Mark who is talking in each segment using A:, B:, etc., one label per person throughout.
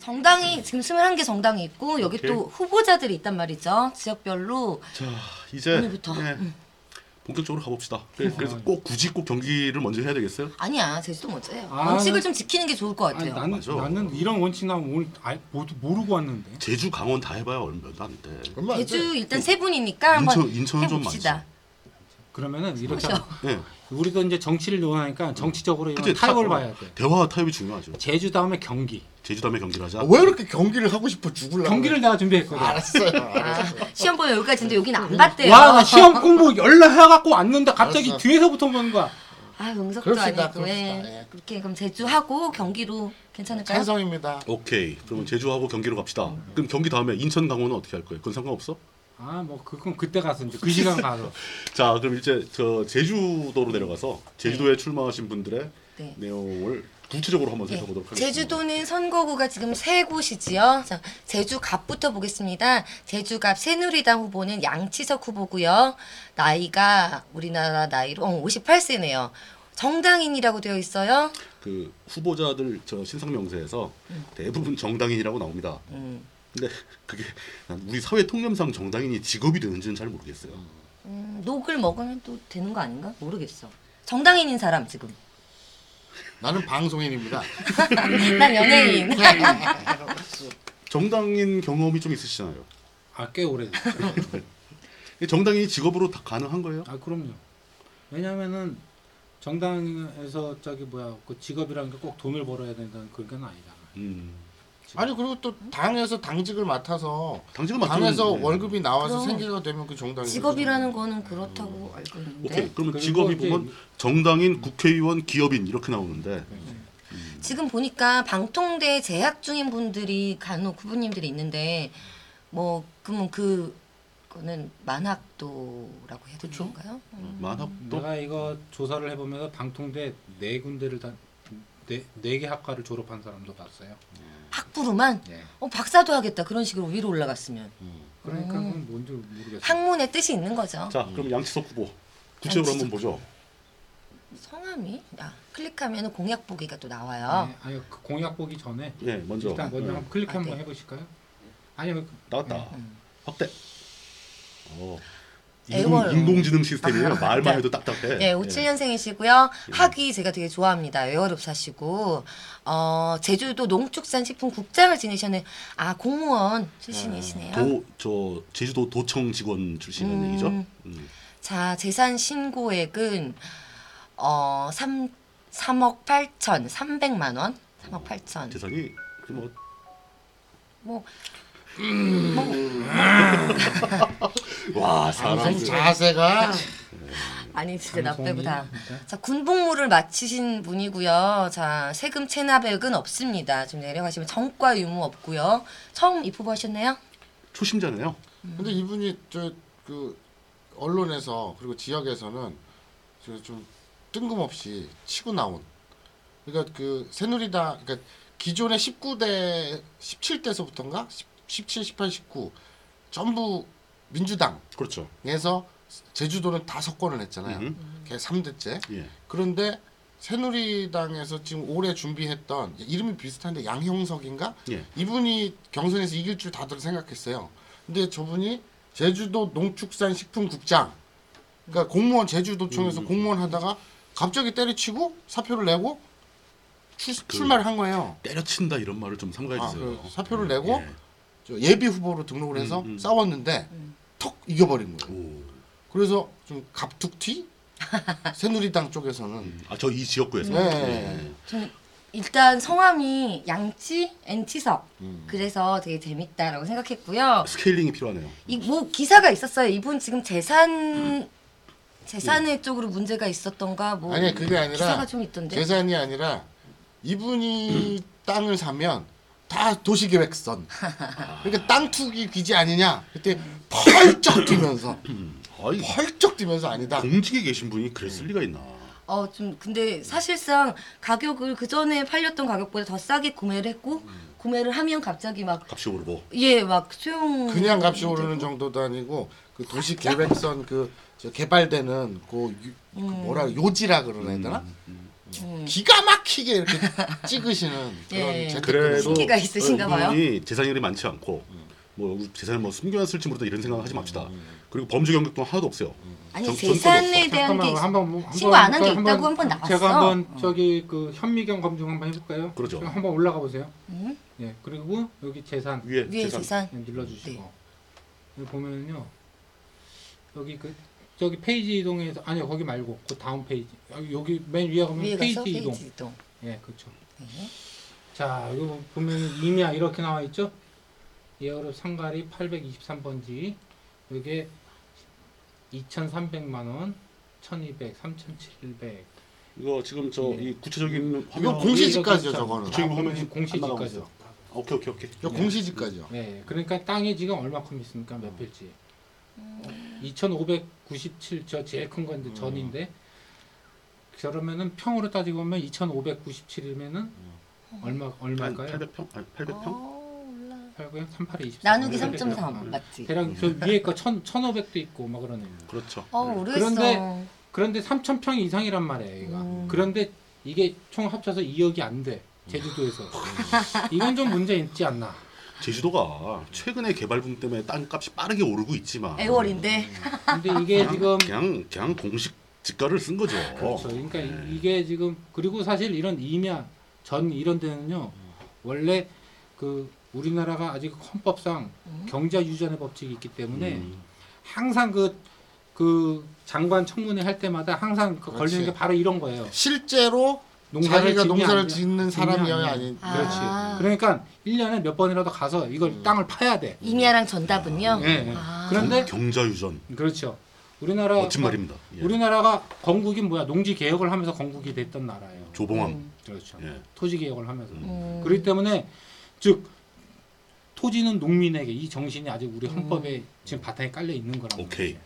A: 정당이 지금 21개 정당이 있고 여기
B: 오케이.
A: 또 후보자들이 있단 말이죠. 지역별로
B: 자 이제
A: 오늘부터.
B: 예, 본격적으로 가봅시다. 네, 그래, 서꼭 굳이 꼭 경기를 먼저 해야 되겠어요?
A: 아니야 제주도 못해요.
C: 아,
A: 원칙을
C: 나-
A: 좀 지키는 게 좋을 것
C: 아니,
A: 같아요.
C: 나는
B: 맞아.
C: 나는 이런 원칙 나면 오늘 아, 모두 모르고 왔는데.
B: 제주 강원 다 해봐야 얼마도 안 돼.
D: 얼마 안 돼.
A: 제주 일단 세 분이니까
B: 인천-
A: 한번
B: 인천은 좀
A: 해봅시다.
C: 그러면은 이렇게
A: 그렇죠.
B: 예,
C: 우리도 이제 정치를
D: 음.
C: 논하니까 정치적으로
B: 그치,
C: 이런 타협을
B: 타-
C: 봐야 돼.
B: 대화 타협이 중요하죠.
C: 제주 다음에 경기.
B: 제주 다음에 경기를 하자.
D: 아, 왜 이렇게 경기를 하고 싶어 죽을라.
C: 경기를 내가 준비했거든.
A: 아,
D: 알았어요. 알았어.
A: 시험 보면 여기까지인데 여기는 안 봤대요.
C: 와, 나 시험 공부 열나 해갖고 왔는데 갑자기
D: 알았어.
C: 뒤에서부터 보는 거야.
A: 아 응석도
D: 그럽시다,
A: 아니고
D: 그럽시다,
A: 예.
D: 예.
A: 그렇게 그럼 제주하고 경기로 괜찮을까요?
D: 찬성입니다.
B: 오케이. 그러면 제주하고 경기로 갑시다. 그럼 경기 다음에 인천 강원은 어떻게 할 거예요? 그건 상관없어?
C: 아, 뭐 그건 그때 가서 이제 그 시간 가서.
B: 자, 그럼 이제 저 제주도로 내려가서 제주도에 출마하신 분들의
A: 네.
B: 내용을 구체적으로 한번
A: 예.
B: 살펴보도록 하겠습니다.
A: 제주도는 선거구가 지금 세 곳이지요. 자, 제주갑부터 보겠습니다. 제주갑 새누리당 후보는 양치석 후보고요. 나이가 우리나라 나이로 어, 58세네요. 정당인이라고 되어 있어요.
B: 그 후보자들 저 신상명세에서 대부분 정당인이라고 나옵니다.
A: 음.
B: 근데 그게 난 우리 사회 통념상 정당인이 직업이 되는지는 잘 모르겠어요.
A: 음, 녹을 먹으면 또 되는 거 아닌가? 모르겠어. 정당인인 사람 지금.
D: 나는 방송인입니다.
A: 난 연예인.
B: 정당인 경험이 좀 있으시잖아요.
C: 아, 꽤 오래. 됐어.
B: 정당인이 직업으로 다 가능한 거예요?
C: 아, 그럼요. 왜냐면은 정당에서 저기 뭐야 그 직업이라는 게 꼭 돈을 벌어야 된다는 그런 건 아니잖아.
B: 음.
D: 아니 그리고 또 당에서 당직을 맡아서
B: 당직을 맡으면
D: 당에서
B: 네.
D: 월급이 나와서
A: 그럼.
D: 생기가 되면 그 정당인.
A: 직업이라는 거는 그렇다고 알고 있는데.
B: 오케이. 그러면
C: 그리고
B: 직업이
C: 이제-
B: 보면 정당인, 국회의원, 기업인 이렇게 나오는데
D: 네.
A: 지금 보니까 방통대 재학 중인 분들이 간혹 그분님들이 있는데 뭐 그러면 그 거는 만학도라고 해야 되는 건가요? 음.
B: 만학도
C: 내가 이거 조사를 해보면서 방통대 네 군데를 다네개 학과를 졸업한 사람도 봤어요.
A: 학부로만
B: 예.
C: 네.
A: 어 박사도 하겠다 그런 식으로 위로 올라갔으면
C: 그러니까
A: 네.
C: 그건 뭔지 모르겠어요.
A: 학문의 뜻이 있는 거죠.
B: 자, 그럼 양치석 후보 구체적으로 한번 보죠.
A: 성함이 아, 클릭하면 공약 보기가 또 나와요.
C: 네, 아니 그 공약 보기 전에
B: 예, 먼저
C: 일단 먼저
B: 네.
C: 한번 클릭
A: 아,
C: 한번
A: 네.
C: 해보실까요? 아니요.
B: 나왔다.
D: 음,
B: 확대. 어. 인공,
A: 애월.
B: 인공지능 시스템이에요.
D: 아,
B: 말만
A: 네.
B: 해도 딱딱해.
D: 예,
A: 네, 57년생이시고요. 학위 제가 되게 좋아합니다. 외월읍사시고 어, 제주도 농축산식품국장을 지내셨는 아 공무원 출신이시네요.
B: 예. 도저 제주도 도청 직원 출신 이런
A: 음.
B: 얘기죠. 음.
A: 자, 재산 신고액은 어, 3, 3억 8천 3백만 원. 3억
D: 아, 네.
A: 8천.
B: 재산이 그뭐
A: 뭐
B: 와,
D: 사람
B: 사람
D: 자세가
A: 아니 진짜 나 빼고 다.
C: 진짜?
A: 자, 군복무를 마치신 분이고요. 자, 세금 체납액은 없습니다. 지금 내려가시면 정과 유무 없고요. 처음 입후보하셨나요?
B: 초심자네요.
D: 근데 이분이 저 그 언론에서 그리고 지역에서는 저좀 뜬금없이 치고 나온 그러니까 그 새누리당 그러니까 기존의 19대 17대서부터인가 17, 18, 19 전부 민주당에서
B: 그렇죠.
D: 제주도는 다 석권을 했잖아요. 걔 3대째.
B: 예.
D: 그런데 새누리당에서 지금 올해 준비했던 이름이 비슷한데 양형석인가
B: 예.
D: 이분이 경선에서 이길 줄 다들 생각했어요. 근데 저분이 제주도 농축산식품국장,
B: 음.
D: 그러니까 공무원 제주도청에서 공무원 하다가 갑자기 때려치고 사표를 내고 출,
B: 그
D: 출마를 한 거예요.
B: 때려친다 이런 말을 좀 삼가해
D: 아,
B: 주세요.
D: 그 사표를 내고
B: 예.
D: 저 예비 후보로 등록을 해서
B: 음, 음.
D: 싸웠는데 턱 이겨버린 거예요.
B: 오.
D: 그래서 좀 갑툭튀 새누리당 쪽에서는
B: 아, 저 이 지역구에서.
D: 네.
B: 예.
A: 저는 일단 성함이 양치 엔치석.
D: 음.
A: 그래서 되게 재밌다라고 생각했고요.
B: 예. 스케일링이 필요하네요.
A: 이 뭐 기사가 있었어요. 이분 지금 재산 재산의 쪽으로 문제가 있었던가 뭐
D: 아니 그게 아니라
A: 기사가 좀 있던데. 음.
D: 재산이 아니라 이분이 땅을 사면 다 도시계획선 그러니까 땅 투기 귀지 아니냐 그때
A: 음.
D: 펄쩍 뛰면서
B: 아이,
D: 펄쩍 뛰면서 아니다
B: 공직에 계신 분이 그랬을 리가 있나.
A: 어 좀 근데 사실상 가격을 그 전에 팔렸던 가격보다 더 싸게 구매를 했고 구매를 하면 갑자기
B: 값이 오르고.
A: 막 예 막 수용
D: 그냥 값이 오르는 정도도 아니고 그
A: 음.
D: 도시계획선 그 저 개발되는 그, 유- 그 뭐라 요지라 그러나 해야 되나 기가 막히게 이렇게 찍으시는 그런
A: 예.
D: 재테크를
B: 그래도 어,
A: 신기가 있으신가 봐요.
B: 이분이 재산이 많지 않고 뭐 재산을 뭐 숨겨놨을지 모르다 이런 생각을 하지 맙시다. 그리고 범죄 경력도 하나도 없어요.
A: 아니
B: 전-
A: 재산에 대한 게
C: 잠깐만,
A: 있-
C: 한번 뭐, 한번
A: 신고 안한게
C: 해볼까요?
A: 있다고 한번 나왔어.
C: 제가 한번 저기 그 현미경 검증 한번 해볼까요?
B: 그러죠.
C: 그럼 한번 올라가 보세요.
A: 음?
C: 예, 그리고 여기 재산
B: 위에
A: 위에
B: 재산.
A: 재산.
C: 눌러주시고 여기 보면은요 여기 그 저기 페이지 이동에서 아니요 거기 말고 그 다음 페이지 여기, 여기 맨 위에 가면
A: 위에
C: 페이지
A: 가서 페이지
C: 이동
A: 이동.
C: 예 그렇죠
A: 네.
C: 자 이거 보면 임야 이렇게 나와 있죠 예어롭 상가리 823번지 이게 2,300만 원 1,200 3,700
B: 이거 지금 저
A: 네.
B: 이 구체적인
D: 이거
B: 화면
D: 공시지까지요
C: 이거
D: 저거는
B: 지금 화면이 안 나가고
C: 공시지까지
B: 있어요. 아, 오케이 오케이 오케이.
D: 저 공시지까지요
C: 네, 그러니까 땅이 지금 얼마큼 있습니까? 몇 필지?
A: 음.
C: 2,597 저 제일 큰 건데 전인데 그러면은 평으로 따지고 보면 2,597이면은 얼마
B: 네. 한
C: 얼마일까요?
B: 800평? 아니 800평?
A: 어, 올라.
C: 8 38에 24.
A: 나누기
B: 삼
C: 음.
A: 3.3 맞지?
C: 대략 저 위에 거 1,500도 있고 막 그러네요.
B: 그렇죠.
A: 어
B: 네.
A: 모르겠어.
C: 그런데 그런데 3,000평 이상이란 말이에요, 얘가.
A: 음.
C: 그런데 이게 총 합쳐서 2억이 안 돼. 제주도에서. 이건 좀 문제 있지 않나.
B: 네. 제주도가 최근에 개발붐 때문에 땅값이 빠르게 오르고 있지만
A: 애월인데
C: 근데 이게
B: 그냥,
C: 지금
B: 그냥 그냥 공식 지가를 쓴 거죠.
D: 어.
C: 그렇죠. 그러니까 이-
B: 네.
C: 이게 지금 그리고 사실 이런 임야 전 이런 데는요 원래 그 우리나라가 아직 헌법상 경자 유전의 법칙이 있기 때문에
B: 음.
C: 항상 그, 그 장관 청문회 할 때마다 항상 그 걸리는
D: 그렇지.
C: 게 바로 이런 거예요.
D: 실제로
C: 농사를
D: 자기가
C: 짓냐
D: 농사를
C: 안 짓냐.
D: 짓는 사람이어야
C: 아니야.
D: 아닌
A: 아.
C: 그렇지. 그러니까 1년에 몇 번이라도 가서 이걸
D: 음.
C: 땅을 파야 돼.
A: 임야랑 전답은요.
C: 예, 예.
A: 아.
C: 그런데
B: 경자유전
C: 그렇죠. 우리나라
B: 멋진 말입니다. 예.
C: 우리나라가 건국이 뭐야? 농지 개혁을 하면서 건국이 됐던 나라예요.
B: 조봉암
C: 그렇죠.
B: 예.
C: 토지 개혁을 하면서.
A: 음.
C: 그렇기 때문에 즉 토지는 농민에게 이 정신이 아직 우리 헌법에 지금 바탕에 깔려 있는 거라고.
B: 오케이.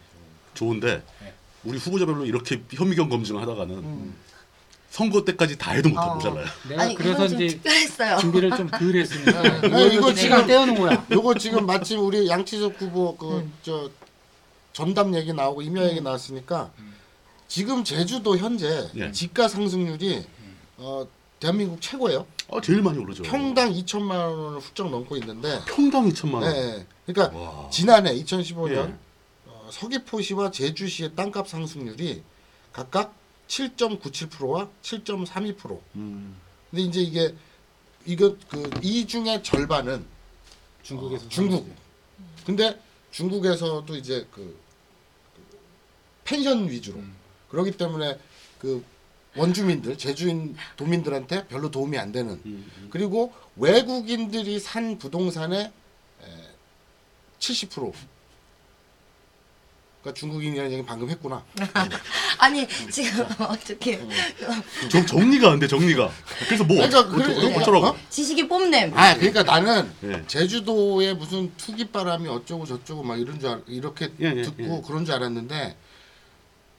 B: 좋은데
C: 네.
B: 우리 후보자별로 이렇게 현미경 검증을 하다가는
D: 음.
B: 선거 때까지 다 해도 못
A: 어.
B: 모자라요.
C: 내가
A: 아니
C: 그래서
A: 이건 좀
C: 이제
A: 특별했어요.
D: 음.
C: 준비를 좀 덜 했으니까
D: 네, 이거
C: 그렇죠. 이거 시간
D: 지금-
C: 떼어는 거야. 음.
D: 요거 지금 마침 우리 양치석 후보 그 저 전담 얘기 나오고 임야 얘기 나왔으니까 지금 제주도 현재
B: 네.
D: 집가 상승률이
C: 음.
D: 어 대한민국 최고예요.
B: 아 제일 많이 오르죠.
D: 평당 2천만 원을 훌쩍 넘고 있는데
B: 평당 2천만 원.
D: 네. 그러니까
B: 와.
D: 지난해 2015년
B: 예.
D: 어, 서귀포시와 제주시의 땅값 상승률이 각각 7.97%와 7.32%.
B: 음.
D: 근데 이제 이게 이거 그이 중에 절반은
C: 어, 중국에서
D: 중국. 근데 중국에서도 이제 그 펜션 위주로
C: 음.
D: 그렇기 때문에 그 원주민들 제주인 도민들한테 별로 도움이 안 되는
B: 음.
D: 그리고 외국인들이 산 부동산의 에, 70% 그러니까 중국인이라는 얘기 방금 했구나
A: 아니 지금
D: 음.
A: 어떻게
B: 정, 정리가 안 돼 정리가. 그래서 뭐
D: 그러니까
B: 어쩌-
D: 그래-
B: 어쩌- 어쩌라고?
D: 어?
A: 지식이 뽐냄.
D: 아 그러니까 나는
B: 예.
D: 제주도에 무슨 투기 바람이 어쩌고 저쩌고 막 이런 줄 알, 이렇게
B: 예, 예,
D: 듣고
B: 예.
D: 그런 줄 알았는데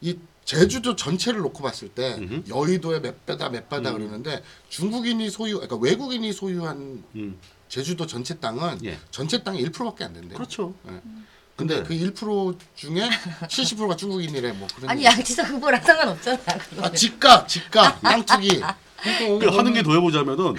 D: 이 제주도 전체를 놓고 봤을 때
B: 음흠. 음.
D: 여의도에 몇 배다 몇 배다 그러는데 중국인이 소유 그러니까 외국인이 소유한
B: 음.
D: 제주도 전체 땅은
B: 예.
D: 전체 땅의 1%밖에 안 된대요.
B: 그렇죠.
D: 근데 그 1% 중에 70%가 중국인이래 뭐 그런
A: 아니
D: 얘기.
A: 양치석 후보랑 상관없잖아. 그거는.
D: 아 집값 집값 땅 투기
C: 그러니까 여기
B: 그 하는
C: 보면
B: 게 더해보자면은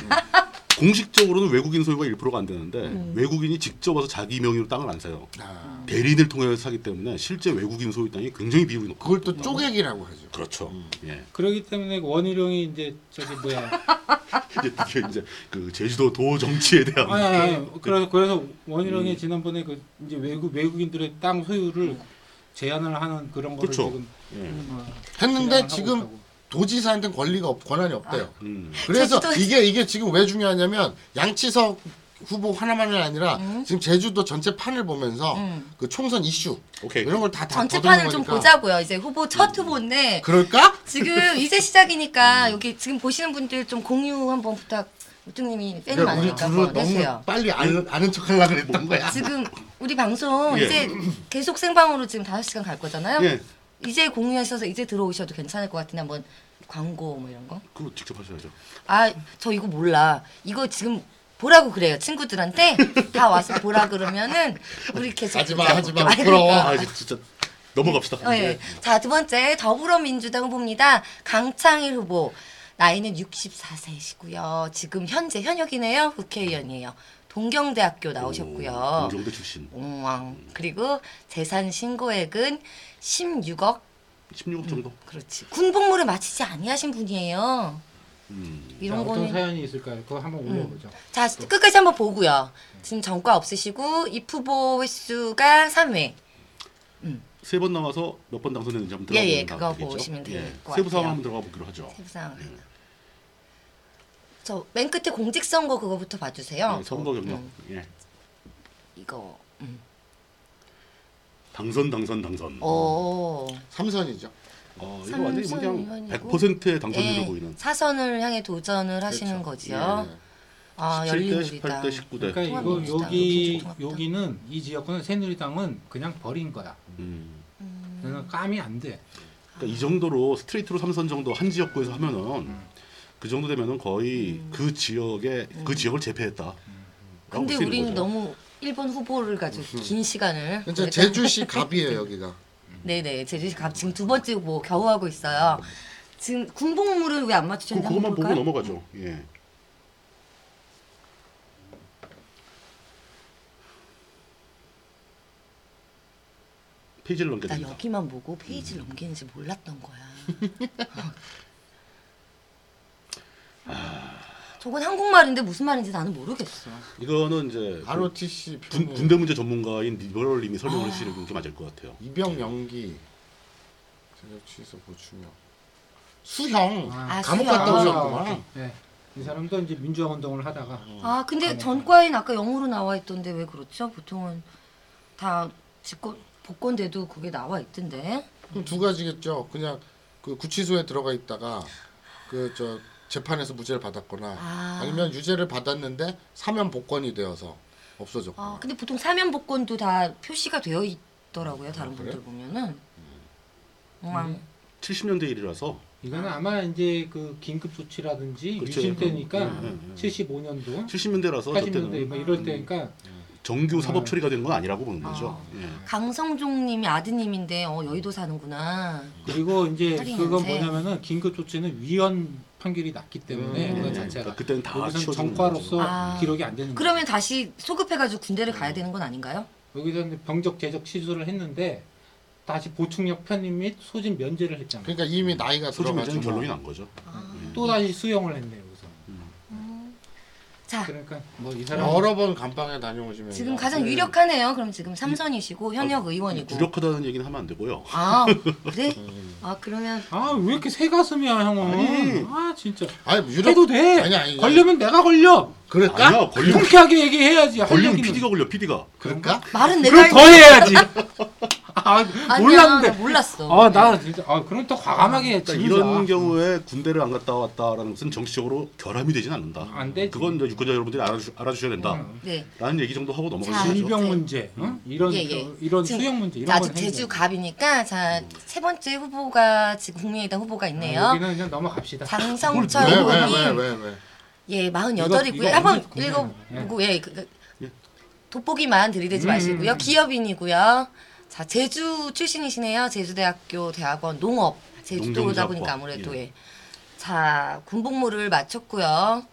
B: 공식적으로는 외국인 소유가 1%가 안 되는데
D: 음.
B: 외국인이 직접 와서 자기 명의로 땅을 안 사요.
D: 아,
B: 대리인을 통해서 사기 때문에 실제 외국인 소유 땅이 굉장히 비율이 높고
D: 그걸 또 쪼개기라고 하죠.
B: 그렇죠. 예.
C: 그러기 때문에 원희룡이 이제 저기 뭐야
B: 아, 이제 드디어 이제 그 제주도 도 정치에 대한
C: 아니, 아니,
B: 예.
C: 아니. 그래서 그래서
B: 음.
C: 원희룡이 지난번에 그 이제 외국 외국인들의 땅 소유를 제한을 하는 그런 거를
B: 그쵸.
C: 지금
B: 예.
C: 어,
D: 했는데
C: 제한을 하고
D: 지금
C: 있다고.
D: 도지사한테 권리가 없, 권한이 없대요.
B: 음.
D: 그래서
A: 아, 제주도에서-
D: 이게 이게 지금 왜 중요하냐면 양치석 후보 하나만이 아니라
A: 음.
D: 지금 제주도 전체 판을 보면서 그 총선 이슈
B: 오케이.
D: 이런 걸 다 다
A: 전체판을
D: 거두는
A: 좀
D: 거니까. 음.
A: 보자고요. 이제 후보 첫 후보인데
D: 그럴까?
A: 지금 이제
D: 음.
A: 시작이니까 여기 지금 보시는 분들 좀 공유 한번 부탁. 우뚱님이 팬이
D: 그러니까 우리
A: 많으니까
D: 둘을
A: 한번
D: 너무
A: 해주세요.
D: 빨리 아는, 아는 척하려고 그랬던 거야.
A: 지금 우리 방송
B: 예.
A: 이제 계속 생방으로 지금 5시간 갈 거잖아요.
B: 예.
A: 이제 공유하셔서 이제 들어오셔도 괜찮을 것 같은데 한번 광고 뭐 이런 거.
B: 그거 직접 하셔야죠.
A: 아, 저 이거 몰라. 이거 지금 보라고 그래요. 친구들한테 다 와서 보라 그러면은 우리 계속
D: 하지 마,
A: 보자고.
D: 하지 마,
A: 아니, 아,
D: 부끄러워.
A: 그러니까. 네.
B: 아, 이제 진짜 넘어갑시다. 네.
A: 예. 자, 두 번째 더불어민주당 후보입니다. 강창일 후보. 나이는 64세이시고요. 지금 현재 현역이네요. 국회의원이에요. 동경대학교 나오셨고요.
B: 동경대 출신.
A: 옹왕. 그리고 재산 신고액은 16억. 음.
B: 16억 정도.
A: 그렇지. 군 복무를 마치지 아니하신 분이에요.
B: 음.
A: 이런
C: 어떤
A: 거는
C: 사연이 있을까요? 그거 한번 올려보죠.
A: 자 끝까지 한번 보고요. 지금 전과 없으시고 입 후보 횟수가 3회.
B: 세 번 나와서 몇 번 당선됐는지 한번
A: 예, 예,
B: 들어가 보면
A: 그거
B: 되겠죠?
A: 보시면 될
B: 예.
A: 것
B: 세부 사항
A: 같아요.
B: 한번 들어가 보기로 하죠.
A: 세부상 하나. 저 맨 끝에 공직선거 그거부터 봐주세요.
B: 예, 선거 경력.
A: 음,
B: 예.
A: 이거. 음.
B: 당선 당선 당선.
A: 오.
D: 삼선이죠.
B: 어, 이거 완전히 뭐
A: 어, 삼선
B: 그냥
A: 의원이고.
B: 100%의 당선율을
A: 예,
B: 보이는.
A: 사선을 향해 도전을 하시는
D: 그렇죠.
A: 거지요.
D: 예, 예.
A: 아
B: 17대,
A: 열린우리당.
B: 18대, 19대.
C: 그러니까 이거
A: 통합민주당.
C: 여기
A: 통합당.
C: 여기는 이 지역구는 새누리당은 그냥 버린 거야.
B: 음.
C: 그냥 까미 안 돼.
B: 그러니까 이
A: 아.
B: 정도로 스트레이트로 삼선 정도 한 지역구에서 하면은
A: 음.
B: 그 정도 되면은 거의 그 지역에 그 지역을 제패했다. 라고
A: 음. 근데
B: 볼수 있는
A: 우리는
B: 거죠.
A: 너무 1번 후보를 가지고 긴 시간을.
D: 진짜 그러니까 제주시 갑이에요 여기가.
A: 네네 제주시 갑 지금 두 번째 뭐 겨우 하고 있어요. 지금 군복무를 왜 안
B: 그,
A: 맞추셨는지
B: 그것만
A: 한번
B: 보고
A: 볼까요?
B: 넘어가죠. 예. 페이지를 넘게
A: 나
D: 그러니까.
B: 됩니다.
A: 여기만 보고 페이지를 넘기는지 몰랐던 거야.
D: 아.
A: 저건 한국말인데 무슨 말인지 나는 모르겠어.
B: 이거는 이제
D: ROTC
B: 군,
C: 뭐.
D: 표본
B: 군대 문제 전문가인 리버럴님이
A: 아.
B: 설명을 해주시는 게 맞을 것 같아요.
D: 입영 연기 자격 취소 보충형 수형
A: 아,
D: 감옥
A: 수형.
D: 갔다 오셨구만.
C: 예. 이 사람도 이제 민주화 운동을 하다가
A: 아 근데
D: 그러니까.
A: 전과에는 아까 영어로 나와 있던데 왜 그렇죠? 보통은 다 직권 복권돼도 그게 나와 있던데.
D: 그럼 두 가지겠죠. 그냥 그 구치소에 들어가 있다가 그 저 재판에서 무죄를 받았거나
A: 아.
D: 아. 니면 유죄를 받았는데 사면 복권이 되어서 없어졌거나.
A: 아 근데 보통 사면 복권도 다 표시가 되어 있더라고요. 다른
D: 아, 그래요?
A: 분들
D: 음.
A: 보면은. 음. 왕.
B: 70년대 일이라서
C: 이거는 아마 이제 그 긴급 조치라든지
B: 그렇죠.
C: 유신 때니까
B: 음, 음, 음.
C: 75년도
B: 70년대라서 저때는
C: 80년대 네. 뭐 이럴 때니까
B: 정규 사법 처리가 된 건 아니라고 보는 거죠.
A: 아.
B: 예.
A: 강성종님이 아드님인데 어 여의도 사는구나.
C: 그리고 이제
A: 할인
C: 그건
A: 면제.
C: 뭐냐면은 긴급 조치는 위헌 판결이 났기 때문에
D: 음,
C: 그건
D: 네.
B: 그러니까
C: 자체가
B: 그때는 다
C: 여기서
B: 치워주는
C: 정과로서
B: 거죠.
A: 아.
C: 기록이 안
D: 음.
C: 되는 거예요.
A: 그러면 다시 소급해가지고 군대를 가야 되는 건 아닌가요?
C: 여기서 이제 병적 재적 시술을 했는데 다시 보충력 편입 및 소진 면제를 했잖아요.
D: 그러니까 이미 나이가
B: 소지 문제는
D: 들어가지고
B: 결론이 난 거죠.
C: 또 다시 수용을 했네 여기서.
A: 자
C: 그러니까 아, 뭐 이 사람
D: 여러 번 감방에 다녀오시면
A: 지금 가장 유력하네요. 그럼 지금
C: 아,
A: 삼선이시고 현역
C: 그,
A: 의원이고.
B: 유력하다는 얘기는 하면 안 되고요.
A: 아 그래? 아 그러면
C: 아왜 이렇게 새 가슴이야 형은.
B: 아니.
C: 아 진짜.
D: 아니 뭐 유력
C: 해도 돼.
D: 아니, 아니, 아니.
C: 걸리면 내가 걸려.
D: 그럴까?
B: 아니야 걸리면
C: 통쾌하게 얘기해야지. 할
B: 걸리면
C: 얘기는.
B: PD가 걸려 PD가.
D: 그럴까?
A: 말은 내가
C: 그럼
A: 알고
C: 더 해야지. 아
A: 아니야, 나
C: 몰랐는데.
A: 몰랐어.
C: 아 나 진짜 아 그럼 또 과감하게
B: 그러니까
C: 지르자.
B: 이런 경우에 군대를 안 갔다 왔다라는 것은 정치적으로 결함이 되진 않는다.
C: 안 되지.
B: 그건 이제 유권자 여러분들이 알아주, 알아주셔야 된다.
D: 음.
A: 네.
B: 라는 얘기 정도 하고
A: 자,
B: 넘어가는 거죠.
A: 질병
C: 질병 문제, 어? 이런
A: 예, 예.
C: 그- 이런
A: 지금
C: 수용 문제 이런
A: 자,
C: 건
A: 아직
C: 해결.
A: 제주 갑이니까 자 세 번째 후보가 지금 국민의당 후보가
C: 아,
A: 있네요.
C: 여기는 그냥 넘어갑시다.
A: 장성철
D: 왜 왜 왜
A: 후보님
D: 왜 왜?
A: 예
C: 이거-
A: 48이고요.
C: 이거
A: 한번
C: 어디
A: 읽어보고 예 그, 그,
B: 예.
A: 돋보기만 들이대지
C: 음.
A: 마시고요. 기업인이고요. 자 제주 출신이시네요. 제주대학교 대학원 농업 제주도다
B: 농경작과.
A: 보니까 아무래도 예. 자 군복무를 마쳤고요.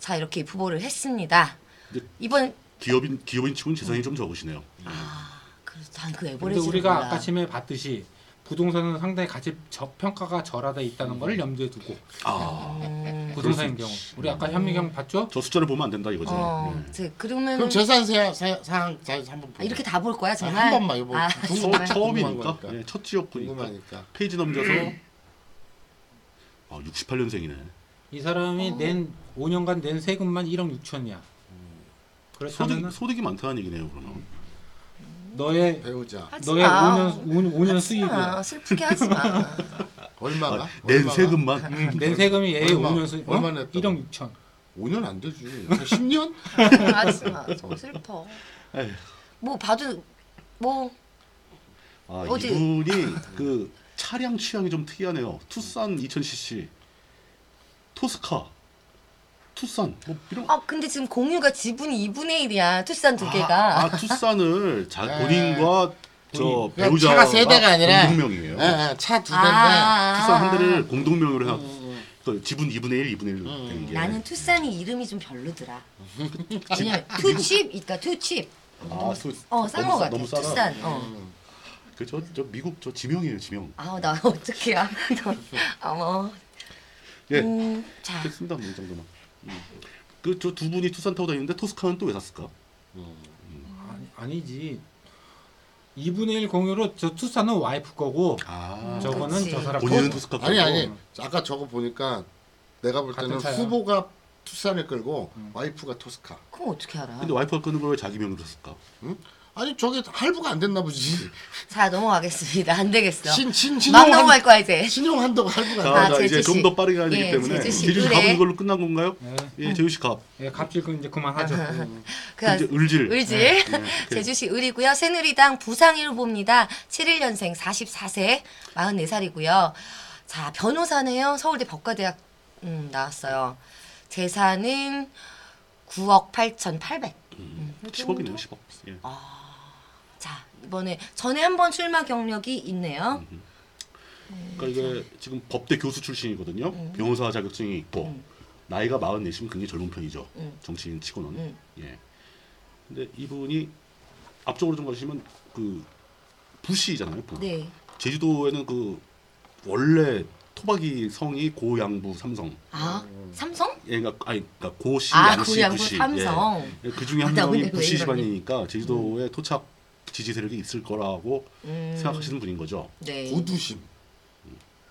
A: 자 이렇게 입후보를 했습니다.
B: 근데-
A: 이번
B: 기업인 기업인 치고는 재산이 좀 적으시네요.
A: 아 그래서 난그
C: 근데
A: 에버리지
C: 우리가 아까 침에 봤듯이 부동산은 상당히 가치 저, 평가가 저하다 있다는 걸 염두에 두고
B: 아,
C: 부동산인
B: 그럴
C: 경우
B: 수
C: 우리 아까 현미경 봤죠?
B: 저 숫자를 보면 안 된다 이거죠.
A: 어,
B: 예.
A: 제, 그러면
D: 그럼 재산 세 사항 한번
A: 아,
D: 보자.
A: 이렇게 다 볼 거야
D: 아,
A: 정말
D: 한 번만 이거
A: 아,
D: 궁금-
B: 처,
A: 정말?
B: 처음이니까
D: 궁금한 거니까.
B: 예, 첫 지역구니까
D: 궁금하니까.
B: 페이지 넘겨서
A: 음.
B: 아, 68년생이네.
C: 이 사람이
A: 어.
C: 낸 5년간 낸 세금만 1억 6천이야.
B: 소득
D: 음.
C: 그렇다면
B: 소득이 많다는 얘기네요. 그러면
C: 너의
D: 배우자
B: 아,
A: 하지
C: 너의
A: 마.
C: 5년 5, 년
A: 하지 마.
C: 수입이야.
A: 아, 슬프게 하지 마.
D: 얼마가?
B: 아, 낸
D: 얼마가?
B: 세금만
C: 음, 낸 세금이 얘의
D: 얼마?
C: 5년 어? 수입.
D: 얼마 냈다고?
C: 1억 6천.
D: 5년 안 되지. 10년?
A: 하지 마. 아, 좀 슬퍼.
B: 에휴.
A: 뭐 봐도 뭐
B: 아,
A: 어디-
B: 이분이 그 차량 취향이 좀 특이하네요. 투싼 2000cc, 토스카, 투싼 뭐 이런.
A: 아, 근데 지금 공유가 지분이 2분의 1이야. 투싼 두 개가.
B: 아, 아, 투싼을 자
D: 네.
B: 본인과 저
D: 그러니까
B: 배우자가
D: 차가 세 대가 아니라-
B: 네.
D: 네.
B: 공동명이에요.
D: 예, 예, 차두 대인데.
A: 아, 아,
B: 투싼
A: 아. 음.
B: 한 대를 공동명의로 해놨. 또 지분 2분의 1, 2분의 1로
D: 음.
B: 되는 게
A: 나는 투싼이 이름이 좀 별로더라. 그냥 투칩, 그러니까 투칩.
B: 아, 투-
A: 어, 싼
B: 너무
A: 거
B: 싸-
A: 같아.
B: 너무 싸다. 음.
A: 투싼. 어.
B: 그저 저 미국 저 지명이에요 지명.
A: 아우 나 어떡해. 아, 나- 어머.
B: 예
A: 음, 자,
B: 됐습니다 뭐이 정도만. 그 저 두 분이 투싼 타고 다니는데 토스카는 또 왜 샀을까?
C: 아니, 아니지. 2분의 1 공유로 저 투싼은 와이프 거고
B: 아
C: 저거는
A: 그치.
C: 저 사람
B: 본인은
C: 거고.
B: 토스카
D: 아니
B: 거고.
D: 아니 아까 저거 보니까 내가 볼
C: 같은
D: 때는
C: 차야.
D: 후보가 투싼을 끌고 와이프가 토스카.
A: 그럼 어떻게 알아?
B: 근데 와이프가 끄는 걸 왜 자기 명으로 샀을까?
D: 응? 아니 저게 할부가 안 됐나 보지.
A: 자, 넘어가겠습니다. 안 되겠어.
D: 신신
A: 막
D: 신용
A: 넘어갈
D: 한
A: 거야 이제.
D: 신용 한도가 할부가 안
B: 자,
A: 아,
B: 자 이제
A: 제주
B: 좀
A: 씨.
B: 더 빠르게 가야 되기
A: 예,
B: 때문에
A: 제주 씨
B: 제주
A: 의뢰.
B: 갑은 이걸로 끝난 건가요?
C: 예.
B: 예, 제주 씨 갑.
C: 예, 갑질 건 이제 그만하죠.
A: 그
B: 이제 을질.
A: 을질.
B: 예.
A: 제주시 을이고요. 새누리당 부상일보입니다. 71년생 44세 44살이고요. 자 변호사네요. 서울대 법과대학 음, 나왔어요. 재산은 9억 8천 8백.
B: 10억이네요, 10억. 예.
A: 아. 자 이번에 전에 한 번 출마 경력이 있네요. 음.
B: 그러니까 이게 지금 법대 교수 출신이거든요. 변호사 자격증이 있고 나이가 44이면 굉장히 젊은 편이죠.
A: 음.
B: 정치인 치고는.
A: 음.
B: 예. 근데 이분이 앞쪽으로 좀 가시면 그 부시잖아요. 부.
A: 네.
B: 제주도에는 그 원래 토박이 성이 고양부 삼성.
A: 아 삼성?
B: 예, 그러니까 아니 그러니까 고시
A: 아
B: 양시
A: 고양구
B: 부시.
A: 삼성.
B: 예. 그 중에 한
A: 아, 나 오늘 왜
B: 명이 부시
A: 이러니?
B: 집안이니까 제주도에 토착 지지 세력이 있을 거라고
A: 음,
B: 생각하시는 분인 거죠.
A: 네.
D: 고두심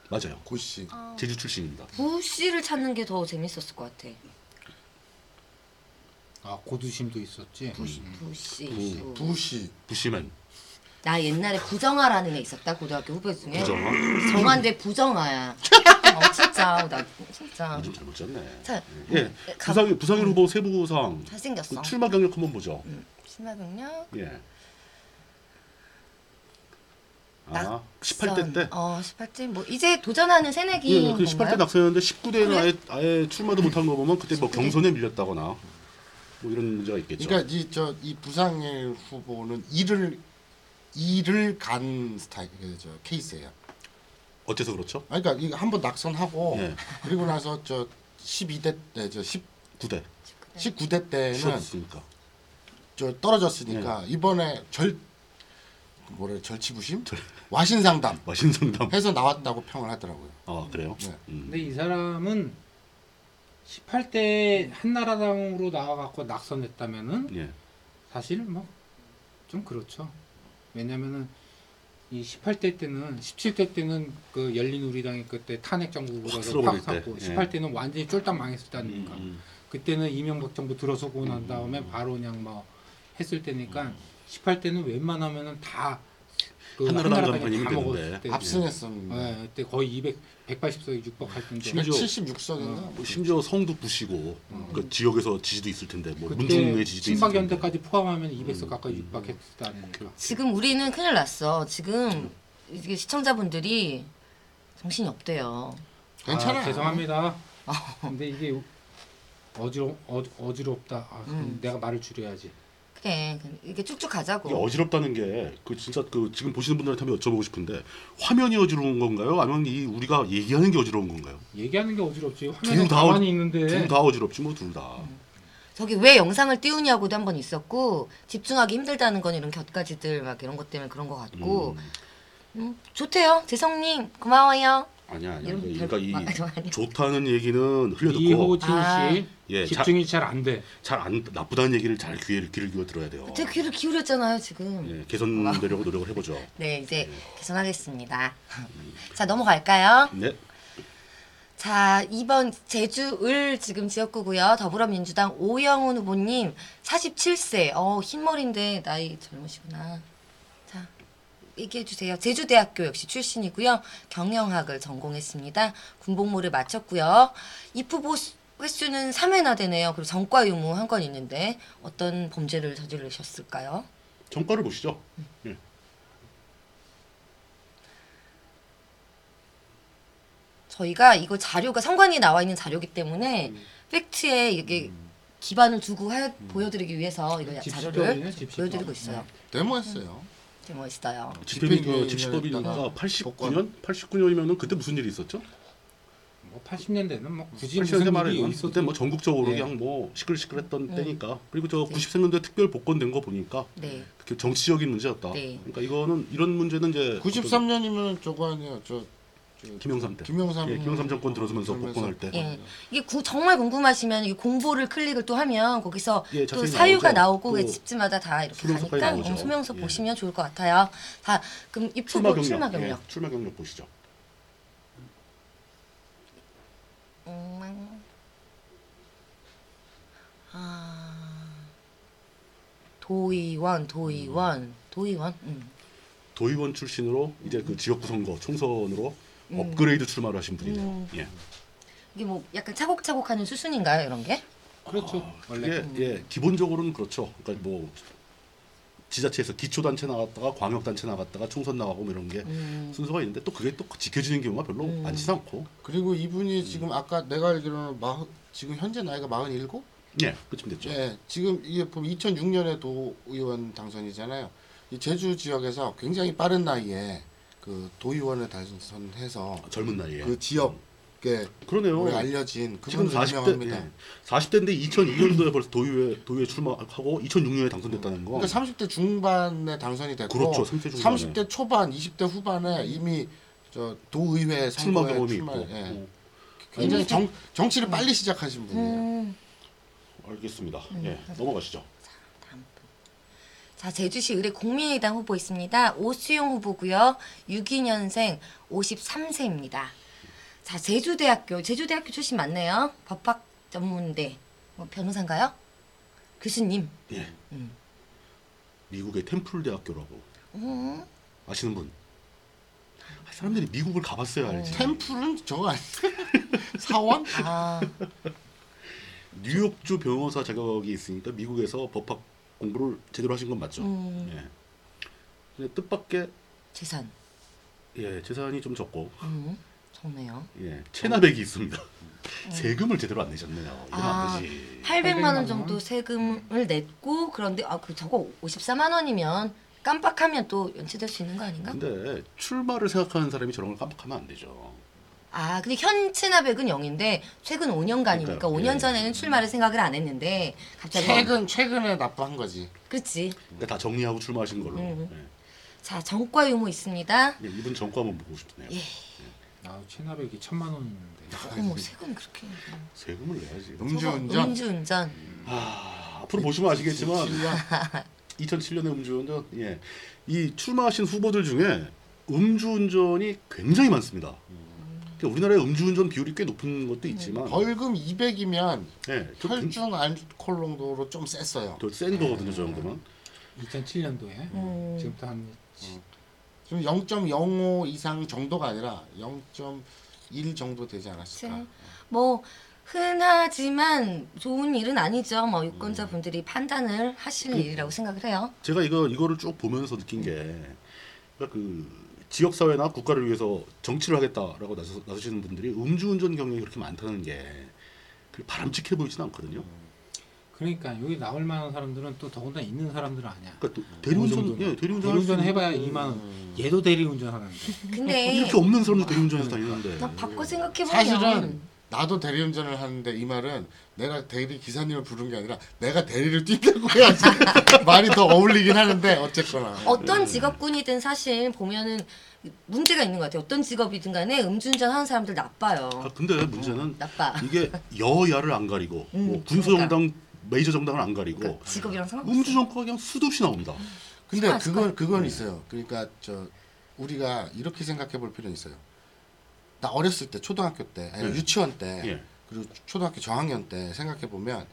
B: 맞아요.
D: 고씨.
B: 제주 출신입니다.
A: 부씨를 찾는 게 더 재밌었을 것 같아.
C: 아, 고두심도 있었지.
A: 네. 부씨.
B: 부-
A: 부.
D: 부씨.
B: 부시맨
A: 나 옛날에 부정아라는 애 있었다 고등학교 후배 중에.
B: 부정아.
A: 정한대 부정아야. 어, 진짜 나 진짜
B: 뭐 아, 좀 잘못 짰네.
A: 자,
B: 예,
A: 가-
B: 부상 부상일
A: 음.
B: 후보 세부 사항. 그
A: 잘생겼어.
B: 출마 경력 한번 보죠.
A: 음. 신나군요.
B: 예. 아,
A: 낙선.
B: 18대 때.
A: 어, 18대 뭐 이제 도전하는
B: 예,
A: 새내기인
B: 그 18대
A: 건가요?
B: 낙선했는데 19대는 아예 아예 출마도 못한 거 보면 그때 뭐 경선에 밀렸다거나 뭐 이런 문제가 있겠죠.
D: 그러니까 이 저 이 부상일 후보는 일을 일을 간 스타일 그저 케이스예요.
B: 어째서 그렇죠?
D: 아 그러니까 이거 한번 낙선하고
B: 예.
D: 그리고 나서 저 12대 때저10
B: 9대
D: 19대 때는
B: 쉬었으니까
D: 저 떨어졌으니까
B: 네.
D: 이번에 절 뭐래 절치부심 와신상담
B: 뭐 와신성담.
D: 해서 나왔다고 평을 하더라고요.
B: 아 그래요?
D: 네.
B: 음.
C: 근데 이 사람은 18대 한나라당으로 나와갖고 낙선했다면은
B: 예.
C: 사실 뭐 좀 그렇죠. 왜냐면은 이 18대 때는 17대 때는 그 열린우리당이 그때 탄핵 정부가
B: 확
C: 확
B: 쓸어버릴 때.
C: 샀고
B: 예.
C: 18대는 완전히 쫄딱 망했을
B: 음,
C: 때 아닙니까.
B: 음.
C: 그때는 이명박 정부 들어서고 난 다음에 바로 그냥 뭐 했을 때니까
B: 음.
C: 18대는 웬만하면은 다그
B: 한나라당
C: 한나라당이
B: 간판이면
C: 다 먹었을
B: 네.
C: 때.
B: 음.
D: 압승했습니다.
C: 예, 그때 거의 200 180석에 육박할 텐데.
B: 심지어
D: 76석인가?
B: 뭐 심지어 성도 부시고 그 지역에서 지지도 있을 텐데 뭐 문중의
C: 음. 그때
B: 지지도 있을 텐데. 음.
C: 친박연대까지 포함하면 200석 가까이 육박했다 아닙니까?
A: 지금 우리는 큰일 났어. 지금 이게 시청자분들이 정신이 없대요.
D: 괜찮아.
C: 아, 죄송합니다.
D: 음.
C: 근데 이게 어지러 어, 어지럽다.
D: 음.
C: 아, 그럼 내가 말을 줄여야지.
A: 그래. 그- 이렇게 쭉쭉
B: 이게
A: 가자고.
B: 어지럽다는 게 그 진짜 그 지금 보시는 분들한테 한번 여쭤보고 싶은데 화면이 어지러운 건가요? 아니면 이 우리가 얘기하는 게 어지러운 건가요?
C: 얘기하는 게 어지럽지.
B: 둘
C: 화면에
B: 다
C: 가만히
B: 둘
C: 있는데
B: 다 어지럽지 뭐 둘 다.
C: 음.
A: 저기 왜 영상을 띄우냐고도 한 번 있었고 집중하기 힘들다는 건 이런 곁가지들 막 이런 것 때문에 그런 것 같고
B: 음.
A: 음, 좋대요. 재성님 고마워요.
B: 아니야 아니야.
A: 이런
B: 그러니까
A: 별- 막-
B: 이
A: 아니야.
B: 좋다는 얘기는 흘려듣고
C: 이호진 씨
D: 아.
B: 예, 자-
C: 집중이 잘 안 돼.
B: 잘 안 나쁘다는 얘기를 잘 귀를 귀를 기울여 들어야 돼요.
A: 제 귀를 기울였잖아요 지금.
B: 예, 개선되려고 노력을 해보죠.
A: 네, 이제 개선하겠습니다. 자, 넘어갈까요?
B: 네.
A: 자, 이번 제주을 지금 지역구고요. 더불어민주당 오영훈 후보님 47세. 어, 흰머리인데 나이 젊으시구나. 자, 얘기해 주세요. 제주대학교 역시 출신이고요. 경영학을 전공했습니다. 군복무를 마쳤고요. 입후보 수- 횟수는 3회나 되네요. 그리고 전과 유무 한 건 있는데 어떤 범죄를 저지르셨을까요?
B: 정과를 보시죠. 예.
A: 저희가 이거 자료가 상관이 나와 있는 자료기 때문에
B: 음.
A: 팩트에 이게 기반을 두고 하, 보여드리기 위해서 이거 자료를
C: 집시법이네, 집시법.
A: 보여드리고 있어요.
B: 네.
D: 데모했어요.
A: 되게 멋있어요.
B: 그 집행유예
D: 집행유예인이라는
B: 집시법이니까
D: 따라
B: 89년 89년이면은 그때 무슨 일이 있었죠?
C: 뭐 80년대는 뭐 굳이
B: 80년대
C: 무슨
B: 말에
C: 일이
B: 있을 때
C: 있었던
B: 뭐 전국적으로
C: 네.
B: 그냥 뭐 시끌시끌했던
A: 음.
B: 때니까 그리고 저 93년도에 특별 복권된 거 보니까
A: 네.
B: 그게 정치적인 문제였다.
A: 네.
B: 그러니까 이거는 이런 문제는 이제
D: 93년이면 저거 아니에요. 저, 저
B: 어떤 네. 김영삼 때
D: 김영삼
B: 예, 김영삼 정권 들어서면서 복권할 때.
A: 예. 이게 구- 정말 궁금하시면 이 공보를 클릭을 또 하면 거기서
B: 예,
A: 또
B: 자세히
A: 사유가
B: 나오죠.
A: 나오고 그
B: 또
A: 집집마다 다 이렇게
B: 소명서까지
A: 가니까
B: 나오죠.
A: 음, 소명서
B: 예.
A: 보시면 좋을 것 같아요. 다 그럼
B: 출마
A: 입후보
B: 경력,
A: 출마
B: 예,
A: 경력.
B: 출마 경력 보시죠. 예.
A: 음. 아. 도의원, 도의원, 도의원. 음.
B: 도의원 출신으로 이제 그 지역구 선거 총선으로
A: 음.
B: 업그레이드 출마를 하신 분이네요.
A: 음.
B: 예.
A: 이게 뭐 약간 차곡차곡하는 수순인가요, 이런 게?
C: 그렇죠. 원래
B: 그게 예 기본적으로는 그렇죠. 그러니까 뭐 지자체에서 기초단체 나갔다가 광역단체 나갔다가 총선 나가고 뭐 이런 게
A: 음.
B: 순서가 있는데 또 그게 또 지켜지는 경우가 별로
A: 음.
B: 많지 않고
D: 그리고 이분이 지금
B: 음.
D: 아까 내가 알기로는 마 지금 현재 나이가 47?
B: 예 그쯤 됐죠.
D: 예, 지금 이게 보면 2006년에 도의원 당선이잖아요. 이 제주 지역에서 굉장히 빠른 나이에 그 도의원을 당선해서
B: 젊은 나이에 음,
D: 그 지역에
B: 그러네요.
D: 우리 알려진
B: 예. 지금
D: 그분
B: 40대
D: 유명합니다.
B: 예. 40대인데 2002년도에 벌써 도의회 도의회 출마하고 2006년에 당선됐다는 거.
D: 그러니까 30대 중반에 당선이 됐고
B: 그렇죠. 30대 중반에.
D: 30대 초반, 20대 후반에 이미 저 도의회
B: 출마
D: 선거에
B: 경험이
D: 출마-
B: 있고.
D: 예.
B: 어,
D: 굉장히 정, 정치를 빨리 시작하신 분이에요.
A: 음.
B: 알겠습니다. 예 넘어가시죠.
A: 다음 분. 자, 제주시 의뢰 국민의당 후보 있습니다. 오수용 후보고요. 62년생 53세입니다. 자, 제주대학교, 제주대학교 출신 맞네요. 법학 전문대. 뭐 변호사인가요? 교수님.
B: 예
A: 음.
B: 미국의 템플 대학교라고
A: 음.
B: 아시는 분. 아, 사람들이 미국을 가봤어야
A: 음.
B: 알지.
D: 템플은 저거 아니 사원?
A: 아,
B: 뉴욕주 변호사 자격이 있으니까 미국에서 법학 공부를 제대로 하신 건 맞죠.
A: 음.
B: 예. 근데 뜻밖의
A: 재산.
B: 예 재산이 좀 적고
A: 음. 적네요.
B: 예 체납액이 있습니다. 세금을 제대로 안 내셨네요. 이건
A: 음. 아.
B: 안 되지.
A: 800만 원
C: 800만
A: 정도
C: 원.
A: 세금을 냈고 그런데 아, 그 저거 54만 원이면 깜빡하면 또 연체될 수 있는 거 아닌가?
B: 근데 출마를 생각하는 사람이 저런 걸 깜빡하면 안 되죠.
A: 아, 근데 현 체납액은 0인데 최근 5년간이니까
B: 그러니까요.
A: 5년
B: 예.
A: 전에는 출마를 생각을 안 했는데 갑자기 어,
D: 최근 최근에 납부한 거지.
A: 그렇지.
B: 그러니까 다 정리하고 출마하신 걸로.
A: 음. 자, 정과 유무 있습니다. 어,
B: 예. 예, 이분 정과 한번 보고 싶네요.
A: 예.
C: 아, 체납액이 천만 원인데.
D: 뭐
A: 어머, 세금 뭐 그렇게.
B: 세금을 내야지.
A: 저거
D: 음주운전.
A: 음주운전.
B: 아, 앞으로 보시면 아시겠지만 2007년에 음주운전 예. 이 출마하신 후보들 중에 음주운전이 굉장히 많습니다. 그러니까 우리나라의 음주운전 비율이 꽤 높은 것도 있지만
D: 벌금 200이면
B: 예,
D: 혈중 알코올 농도로 좀 셌어요.
C: 네.
B: 더센 거거든요, 저 정도면.
C: 2007년도에
A: 음.
C: 지금부터 한 지-
D: 지금 0.05 이상 정도가 아니라 0.1 정도 되지 않았을까?
A: 그치. 뭐 흔하지만 좋은 일은 아니죠. 뭐 유권자분들이 판단을 하실 일이라고 생각을 해요.
B: 제가 이거 이거를 쭉 보면서 느낀 게 그러니까 그 지역 사회나 국가를 위해서 정치를 하겠다라고 나서, 나서시는 분들이 음주운전 경력이 그렇게 많다는 게 그렇게 바람직해 보이진 않거든요.
C: 그러니까 여기 나올 만한 사람들은 또 더군다나 있는 사람들은 아니야.
B: 그러니까 또 대리운전
C: 음. 뭐 정도는.
B: 예, 대리운전 할수
C: 대리운전
B: 있는- 음.
C: 해봐야 2만 원. 얘도 대리운전 하는데.
A: 근데
B: 이렇게 없는
C: 네.
B: 사람도 대리운전해서 다니는데
A: 나 바꿔 생각해 보면
D: 사실은 나도 대리운전을 하는데 이 말은 내가 대리 기사님을 부른 게 아니라 내가 대리를 뛴다고 해야지 말이 더 어울리긴 하는데 어쨌거나
A: 어떤 직업군이든 사실 보면은 문제가 있는 것 같아요. 어떤 직업이든 간에 음주운전 하는 사람들 나빠요.
B: 아, 근데 문제는
A: 나빠.
B: 이게 여야를 안 가리고
A: 음,
B: 뭐 군소 정당 메이저 정당을 안 가리고
A: 그러니까 직업이랑 상관없어.
B: 음주 정가 그냥 수도 없이 나옵니다.
D: 근데
A: 스파,
D: 그건 그건 있어요. 그러니까 저 우리가 이렇게 생각해 볼 필요는 있어요. 나 어렸을 때 초등학교 때 아니
B: 예.
D: 유치원 때
B: 예.
D: 그리고 초등학교 저학년 때 생각해 보면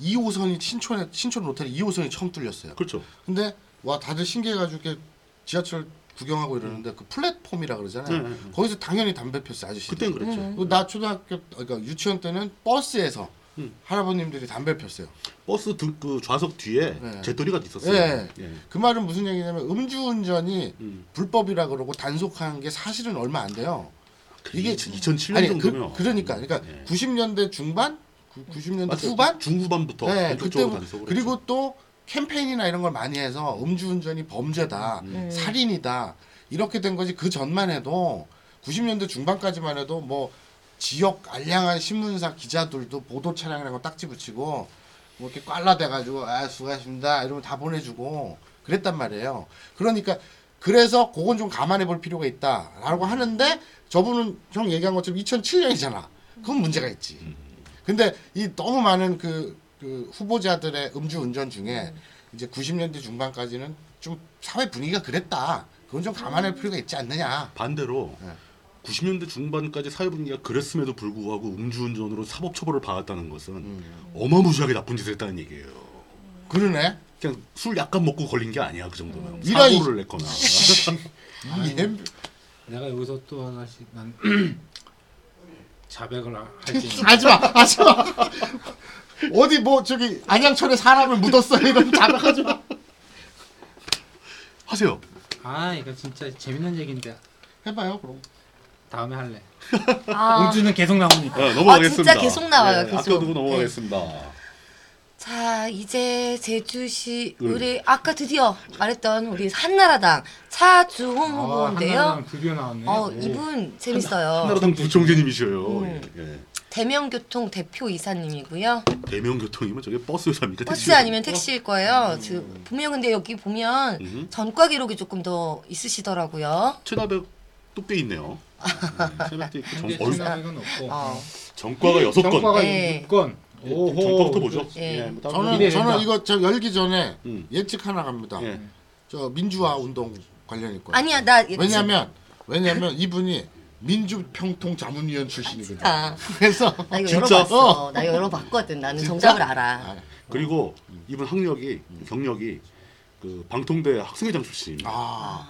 D: 2호선이 신촌에 신촌 로테리 2호선이 처음 뚫렸어요.
B: 그렇죠.
D: 근데 와 다들 신기해가지고 이렇게 지하철 구경하고 이러는데 그 플랫폼이라 그러잖아요.
B: 네, 네, 네.
D: 거기서 당연히 담배 폈어 아저씨.
B: 그땐 그랬죠.
A: 음.
D: 나 초등학교 그러니까 유치원 때는 버스에서
B: 음.
D: 할아버님들이 담배 폈어요.
B: 버스 등, 그 좌석 뒤에
D: 네.
B: 재떨이가 있었어요.
D: 예.
B: 예.
D: 그 말은 무슨 얘기냐면 음주운전이
B: 음.
D: 불법이라 그러고 단속하는 게 사실은 얼마 안 돼요. 이게
B: 2007년
D: 아니 그,
B: 정도면
D: 그러니까 그러니까
B: 예.
D: 90년대 중반, 구- 90년대
B: 맞아요.
D: 후반,
B: 중후반부터
D: 네,
B: 본격적으로
D: 그때부-
B: 단속을
D: 그리고
B: 했죠.
D: 또 캠페인이나 이런 걸 많이 해서 음주운전이 범죄다, 살인이다 이렇게 된 거지 그 전만 해도 90년대 중반까지만 해도 뭐 지역 알량한 신문사 기자들도 보도 차량이라는 거 딱지 붙이고 뭐 이렇게 꽐라대가지고 아 수고하십니다 이러면 다 보내주고 그랬단 말이에요. 그러니까 그래서 그건 좀 감안해 볼 필요가 있다라고 하는데 저분은 형 얘기한 것처럼 2007년이잖아. 그건 문제가 있지.
B: 음.
D: 근데 이 너무 많은 그, 그 후보자들의 음주 운전 중에 이제 90년대 중반까지는 좀 사회 분위기가 그랬다. 그건 좀 감안할 필요가 있지 않느냐.
B: 반대로
D: 네.
B: 90년대 중반까지 사회 분위기가 그랬음에도 불구하고 음주운전으로 사법 처벌을 받았다는 것은
D: 음.
B: 어마무시하게 나쁜 짓을 했다는 얘기예요.
D: 그러네.
B: 그냥 술 약간 먹고 걸린 게 아니야 그 정도면
D: 이런
B: 사고를 냈거나
D: 이
B: 음.
D: 엠-
C: 내가 여기서 또 하나씩 난 자백을 하- 할지
D: 하지 마, 하지 마. 어디 뭐 저기 안양천에 사람을 묻었어 이런 자백하지 마.
B: 하세요.
C: 아 이거 진짜 재밌는 얘기인데
D: 해봐요 그럼.
C: 다음에 할래
A: 아,
C: 음주는 계속 나오니까
B: 네, 넘어가겠습니다.
A: 아, 진짜 계속 나와요,
B: 예,
A: 계속.
B: 아껴두고 넘어가겠습니다.
A: 자 이제 제주시
B: 음.
A: 우리 아까 드디어 말했던 우리 한나라당 차주홍
C: 아,
A: 후보인데요.
C: 한 드디어 나왔네
A: 어
C: 오.
A: 이분 재밌어요.
B: 한나라당 부총재님이셔요.
A: 음.
B: 예, 예.
A: 대명교통 대표 이사님이고요.
B: 대명 교통이면 저게 버스 회사입니까?
A: 버스
B: 택시?
A: 아니면 택시일 거예요. 그 보면 근데 여기 보면
B: 음.
A: 전과 기록이 조금 더 있으시더라고요.
B: 체납액 또꽤 있네요.
A: 아.
B: 네, 체납도 있고 정,
C: 현재
B: 얼,
C: 체납액은 없고
A: 어.
B: 정과가 여섯 건.
C: 정과가
A: 예.
C: 6건
B: 예, 정과부터 보죠.
A: 예.
B: 뭐 다른
D: 저는
B: 건-
C: 기대된다.
D: 저는 이거 저 열기 전에
B: 음.
D: 예측 하나 갑니다.
B: 예.
D: 저 민주화 운동 관련일 거예요.
A: 아니야 나 예측-
D: 왜냐면 왜냐면 이분이 민주평통 자문위원 출신이거든.
A: 아.
D: 요 그래서
A: 나 이거
B: 진짜?
A: 열어봤어. 나 열어봤거든. 나는
D: 진짜?
A: 정답을 알아.
D: 아,
B: 그리고 이분 학력이 경력이 그 방통대 학생회장 출신입니다.
D: 아,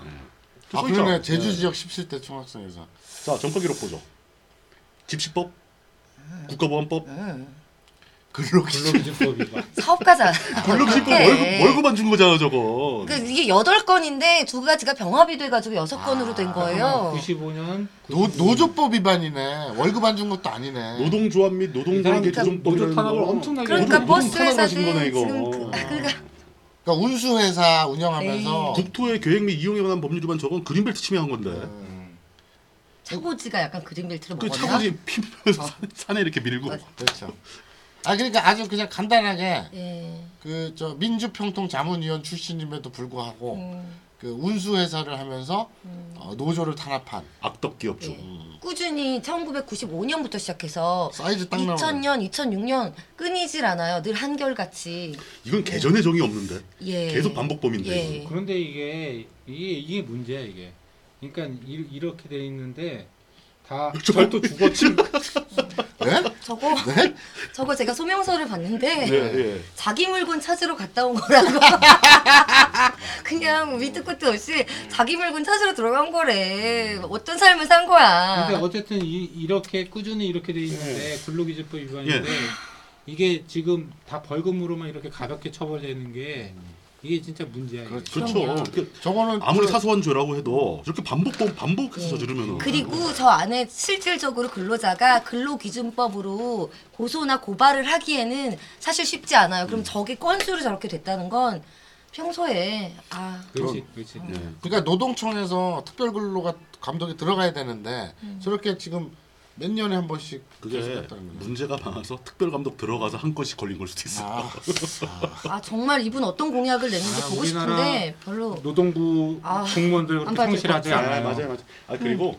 B: 또
D: 아
B: 써 있잖아.
D: 그러네 제주
B: 네.
D: 지역 17대 총학생회장.
B: 자 정과 기록 보죠. 집시법, 국가보안법,
D: 글로기
C: 근로기준법 위반
A: 사업가자.
B: 권력신고
A: 어떡해.
B: 월급 월급만 준 거잖아 저거.
A: 네. 그 이게 여덟 건인데 두 가지가 병합이 돼가지고 여섯 건으로 된
C: 어, 그
A: 거예요.
C: 95년
D: 노 노조법 위반이네. 월급 안 준 것도 아니네.
B: 노동조합 및 노동관계
A: 그러니까
B: 조정
C: 노조 탄압을 엄청나게
A: 그러니까
C: 노동-
A: 버스
B: 탄압을 하신 거네,
A: 회사들
B: 이거.
A: 지금 그, 아, 그러니까
D: 그러니까 운수회사 운영하면서
B: 아,
D: 그,
B: 국토의 계획 및 이용에 관한 법률 위반 저건 그린벨트 침해한 건데.
A: 차고지가 약간 그린벨트를
B: 그
A: 먹었나?
B: 차고지 피면서 산에, 산에 이렇게 밀고
A: 어.
D: 그렇죠. 아 그러니까 아주 그냥 간단하게
A: 예.
D: 그 저 민주평통 자문위원 출신임에도 불구하고 그 운수회사를 하면서 어, 노조를 탄압한
B: 악덕 기업주.
A: 예. 꾸준히 1995년부터 시작해서
D: 사이즈 딱 나오네.
A: 2000년, 2006년 끊이질 않아요. 늘 한결같이.
B: 이건 개전의 정이 없는데
A: 예.
B: 계속 반복범인데.
A: 예.
B: 이거는.
C: 그런데 이게 이게 이게 문제야 이게. 그러니까 이, 렇게돼 있는데 다 절도 죽었지.
D: 네?
A: 저거 저거 제가 소명서를 봤는데
B: 네, 예.
A: 자기 물건 찾으러 갔다 온 거라고. 그냥 밑도 끝도 없이 자기 물건 찾으러 들어간 거래. 어떤 삶을 산 거야.
D: 그러니까
C: 근데 어쨌든 이, 렇게 꾸준히 이렇게 돼 있는데 근로기준법 위반인데
B: 예.
C: 이게 지금 다 벌금으로만 이렇게 가볍게 처벌되는 게 이게 진짜 문제야. 이게.
D: 그렇죠.
B: 그렇죠.
A: 그럼요.
B: 그
D: 저거는
B: 아무리
D: 그-
B: 사소한 죄라고 해도 이렇게 반복범 반복해서 저지르면은
A: 그리고 저 안에 실질적으로 근로자가 근로기준법으로 고소나 고발을 하기에는 사실 쉽지 않아요.
D: 음.
A: 그럼 저게 건수로 저렇게 됐다는 건 평소에 아
C: 그렇지, 그렇지.
B: 네.
D: 그러니까 노동청에서 특별근로가 감독이 들어가야 되는데 저렇게 지금 몇 년에 한 번씩
B: 그게
D: 계속했다는 거예요.
B: 문제가 많아서 특별 감독 들어가서 한 건씩 걸린 걸 수도 있어.
D: 아,
A: 아 정말 이분 어떤 공약을 냈는지
C: 아,
A: 보고
C: 우리나라
A: 싶은데 별로
C: 노동부
A: 어. 아,
C: 공무원들
A: 안
C: 그렇게
A: 봐줄
C: 성실하지
A: 것
C: 않아요.
B: 네, 맞아요. 아 그리고
D: 음.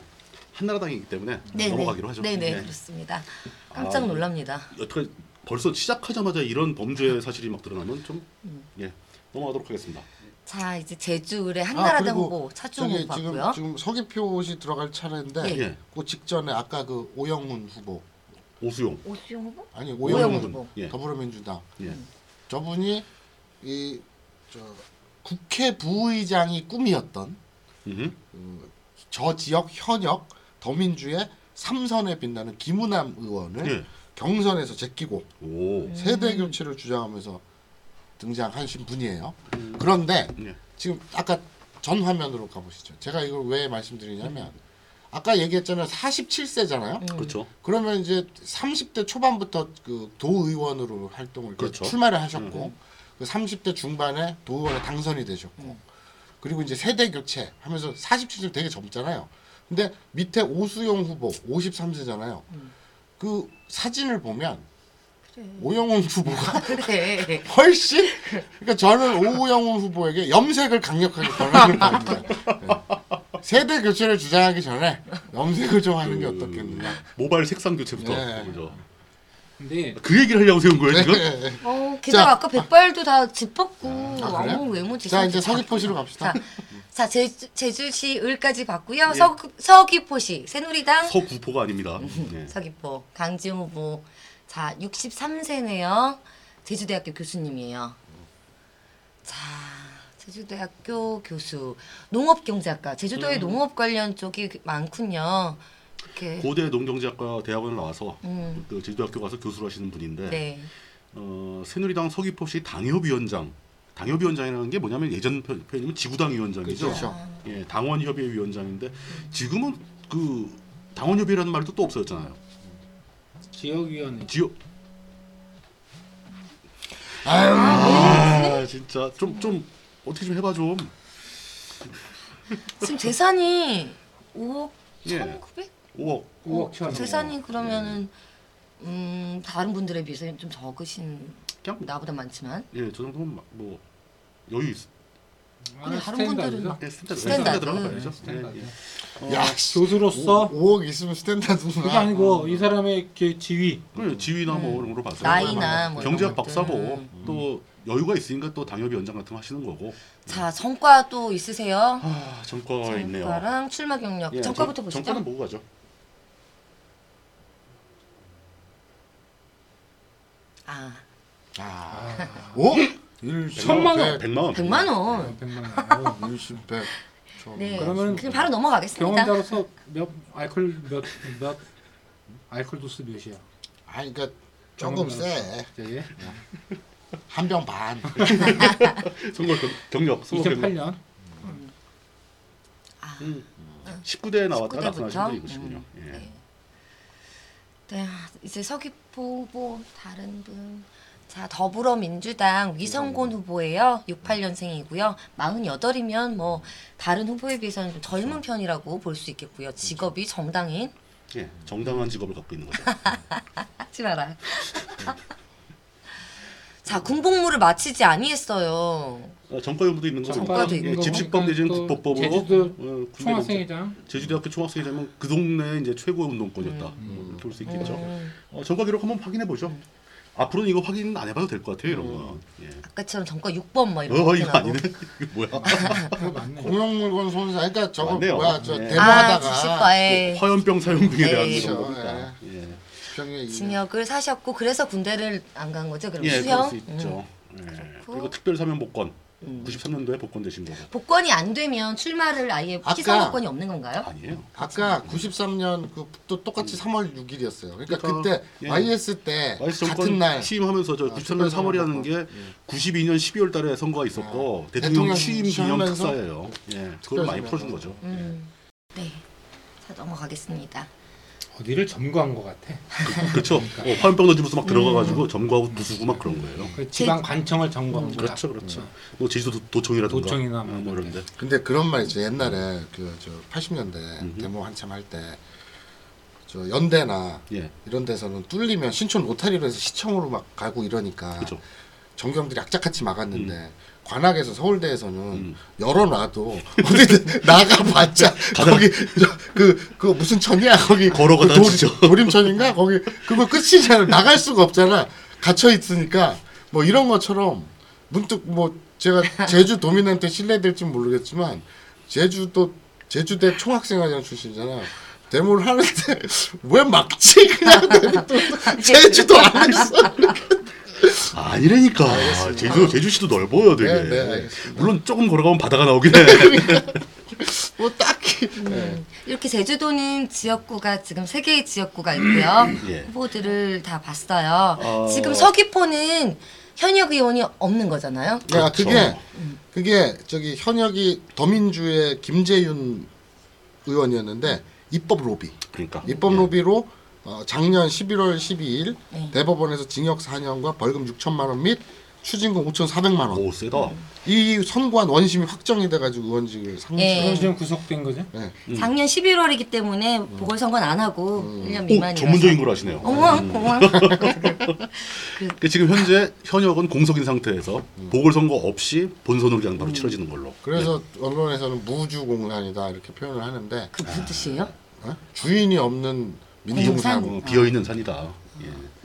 B: 한나라당이기 때문에
D: 네,
B: 넘어가기로 하죠.
A: 네네
B: 네.
A: 그렇습니다. 깜짝
B: 아,
A: 놀랍니다.
B: 어떻게 벌써 시작하자마자 이런
D: 음.
B: 범죄 사실이 막 드러나면 좀 예. 넘어가도록 하겠습니다.
A: 자 이제 제주의 한나라당
D: 아, 그리고
A: 후보 차주홍 후보
D: 저기
A: 봤고요.
D: 지금, 지금 서귀표 옷이 들어갈 차례인데
A: 예.
B: 예.
D: 그 직전에 아까 그 오영훈 후보
B: 오수용.
A: 오수영 후보?
D: 아니
A: 오영훈
D: 오영훈
A: 후보.
B: 예.
D: 더불어민주당
B: 예.
D: 저분이 이 저, 국회 부의장이 꿈이었던
B: 음.
D: 저 지역 현역 더민주의 삼선에 빛나는 김우남 의원을
B: 예.
D: 경선에서 제끼고 음.
B: 오.
D: 세대 교체를 주장하면서 등장하신 분이에요. 그런데
B: 예.
D: 지금 아까 전 화면으로 가보시죠. 제가 이걸 왜 말씀드리냐면 아까 얘기했잖아요. 47세잖아요.
B: 그렇죠.
D: 그러면 이제 30대 초반부터 그 도의원으로 활동을
B: 그렇죠.
D: 출마를 하셨고 그 30대 중반에 도의원에 당선이 되셨고 그리고 이제 세대 교체 하면서 47세 되게 젊잖아요. 근데 밑에 오수영 후보 53세잖아요. 그 사진을 보면 오영훈 후보가
A: 그래.
D: 훨씬 그러니까 저는 오영훈 후보에게 염색을 강력하게 권하는 겁니다. 네. 세대 교체를 주장하기 전에 염색을 좀 하는
B: 음.
D: 게 어떻겠느냐.
B: 모발 색상 교체부터
D: 네.
B: 그죠.
C: 근데
B: 그 얘기를 하려고 세운 거예요 지금?
D: 네.
A: 어, 게다가
D: 자.
A: 아까 백발도 다 짚었고
D: 아, 그래요?
A: 어, 외모지.
D: 자 이제 서귀포시로 갑시다.
A: 자, 자 제주, 제주시 을까지 봤고요. 서, 서귀포시 새누리당
B: 서구포가 아닙니다.
D: 음.
B: 예.
A: 서귀포 강지용 후보 자 63세네요. 제주대학교 교수님이에요. 자 제주대학교 교수 농업경제학과 제주도에 농업 관련 쪽이 많군요.
D: 네.
A: 이렇게
B: 고대 농경제학과 대학원을 나와서
A: 음.
B: 그 제주대학교 가서 교수를 하시는 분인데
A: 네.
B: 어, 새누리당 서귀포시 당협위원장 당협위원장이라는 게 뭐냐면 예전 표- 표현이면 지구당 위원장이죠.
D: 그렇죠.
B: 예, 당원협의 위원장인데 지금은 그 당원협의라는 말도 또 없어졌잖아요.
A: 어,
C: 지역위원회
B: 지역
D: 아유,
B: 아 진짜 좀 좀 어떻게 좀 해봐 좀.
A: 지금 재산이 5억
B: 예.
A: 1,900?
B: 5억.
C: 5억 천 원.
A: 그 재산이 그러면은 음 다른 분들에 비해서 좀 적으신
B: 그냥 뭐,
A: 나보다 많지만
B: 예, 저 정도면 막 뭐 여유 있.
A: 아니, 다른 분들은-
B: 예,
C: 네,
B: 스탠다드
A: 스탠다드.
B: 들어가봐야죠.
C: 음, 스탠다드.
B: 예, 예.
A: 음.
C: 어,
D: 야,
C: 교수로서
D: 5억 있으면 스탠다드구나.
C: 그게
A: 어.
C: 아니고 이 사람의 그 지위
B: 그래 지위나 뭐 이런 걸로 봐서 음.
A: 나이나 뭐 이런
B: 경제학
A: 것들.
B: 박사고 또 여유가 있으니까 또 당협위원장 같은 거 하시는 거고
A: 자 성과 또 있으세요?
B: 아 정과가 있네요.
A: 정과랑 출마 경력
B: 예,
A: 정과부터
B: 정-
A: 보시죠.
B: 정과는 보고 가죠.
A: 아
D: 아, 오? 일
C: 천만 원.
B: 100만 원.
A: 100만 원.
C: 100만 어, 원.
D: 일십백.
B: 예.
A: 네.
C: 그러면
A: 그냥 바로 넘어가겠습니다.
C: 경험자로서 몇 알콜 몇몇 알콜 도수 몇이야?
D: 아니 그러니까 조금 세.
C: 저게
D: 한 병 반.
B: 선거 경- 경력. 선거 경력.
C: 2008년
B: 19대에 나왔다
A: 19대 부터? 음.
B: 나타나신 분이시군요. 예.
A: 네, 이제 서귀포 후보 다른 분. 자 더불어민주당 위성곤 후보예요. 68년생이고요. 48이면 뭐 다른 후보에 비해서는 좀 젊은
B: 그렇죠.
A: 편이라고 볼 수 있겠고요. 직업이 정당인.
B: 예. 정당한 직업을 갖고 있는 거죠.
A: 하지 마라. 자 군복무를 마치지 아니했어요.
B: 어, 정과 여부도 있는 거죠.
A: 정과도 있는
B: 예,
C: 거고.
B: 집시법 내지는
C: 또
B: 국법법으로
C: 제주도
B: 어, 군대
C: 총학생회장
B: 농장- 제주대학교 총학생이 되면 그 동네 이제 최고 의 운동권이었다. 볼 수 있겠죠.
A: 음.
B: 어, 정과 기록 한번 확인해 보죠. 앞으로는 이거 확인 안 해봐도 될 것 같아요. 이런 거. 예.
A: 아까처럼 정과 6번 뭐 이런
B: 어
A: 거
B: 이거
A: 나고.
B: 아니네. 이거 뭐야?
C: 아, 그거 맞네.
D: 공용물건 손사. 그러니까 저거
B: 맞네요.
D: 뭐야 저
B: 네.
A: 아
D: 데모하다가 그
A: 주식과에
B: 화염병 사용 등에 대한
A: 네.
B: 그런
D: 그렇죠.
B: 거니까. 예.
D: 집행유예 이게.
A: 징역을 사셨고 그래서 군대를 안 간 거죠. 그럼
B: 예, 그럴
A: 수형.
B: 수
A: 음.
B: 있죠. 예.
A: 그렇고.
B: 그리고 특별 사면 복권.
D: 음.
B: 93년도에 복권되신 거고.
A: 복권이 안 되면 출마를 아예
D: 아까-
A: 희생 복권이 없는 건가요?
B: 아니에요.
D: 아까 93년 그 또 똑같이 3월 6일이었어요. 그러니까
B: 그러니까,
C: 그렇죠.
D: 그때
B: 예.
D: YS 때
B: 와이스
D: 같은
B: 정권
D: 날
B: 취임하면서 저
D: 아,
B: 93년 3월이라는 게 92년 12월 달에 선거가 있었고
D: 예. 아,
B: 대통령
D: 대통령
B: 취임 기념
D: 취임하면서
B: 특사예요. 예. 그걸 많이 풀어준
D: 특별 사면.
B: 거죠.
A: 음. 네. 자 넘어가겠습니다.
C: 어디를 점거한 것 같아.
B: 그렇죠.
D: 그러니까.
B: 어, 화염병 넣어주면서
D: 음.
B: 막 들어가가지고 점거하고 부수고 막 그런 거예요.
C: 그 지방 관청을 점거한 거
B: 그렇죠,
D: 음.
B: 그렇죠. 뭐 제주도 도청이라든가
C: 도청이나
B: 어, 뭐
C: 뭐
B: 이런데.
D: 근데 그런 말 있죠. 옛날에 그 저 80년대 데모 한참 할 때 저 연대나
B: 예.
D: 이런 데서는 뚫리면 신촌 로타리로 해서 시청으로 막 가고 이러니까
B: 그렇죠.
D: 정경들이 악착같이 막았는데
B: 음.
D: 관악에서 서울대에서는 열어놔도 어디든 나가봤자 거기 그그 무슨 천이야 거기
B: 걸어가다
D: 그 도-
B: 지죠.
D: 도림천인가 거기 그거 끝이잖아 나갈 수가 없잖아 갇혀 있으니까 뭐 이런 것처럼 문득 뭐 제가 제주 도민한테 신뢰될지 모르겠지만 제주도 제주대 총학생회장 출신이잖아. 데모를 하는데 왜 막지 그냥 제주도 안에서
B: 아니라니까. 제주도 제주시도 넓어요, 되게.
D: 네, 네, 알겠습니다.
B: 물론 조금 걸어가면 바다가 나오긴 해.
D: 뭐 딱히 네.
A: 이렇게 제주도는 지역구가 지금 세 개의 지역구가 있고요.
B: 예.
A: 후보들을 다 봤어요.
B: 어.
A: 지금 서귀포는 현역 의원이 없는 거잖아요.
D: 야,
B: 그렇죠.
D: 그게 그게 저기 현역이 더민주의 김재윤 의원이었는데 입법 로비
B: 그러니까.
D: 입법
B: 예.
D: 로비로 어, 작년 11월 12일
A: 네.
D: 대법원에서 징역 4년과 벌금 6천만 원 및 추징금 5,400만 원.
B: 오 세다.
D: 음. 이 선고한 원심이 확정이 돼가지고 의원직을 상정.
A: 예.
C: 그럼 지금 구속된 거죠?
B: 예.
D: 네.
A: 작년 11월이기 때문에 보궐선거는 안 하고 1년
B: 오
A: 미만이라서.
B: 어, 전문적인 걸 아시네요.
A: 어머, 고마워.
B: 그러니까 지금 현재 현역은 공석인 상태에서 보궐선거 없이 본선으로 그냥
D: 음.
B: 바로 치러지는 걸로.
D: 그래서
B: 예.
D: 언론에서는 무주공산이다 이렇게 표현을 하는데
A: 그 무슨 뜻이에요?
D: 어? 주인이 없는
A: 공산?
D: 민중산.
B: 어, 비어 있는 산이다. 예.
D: 아.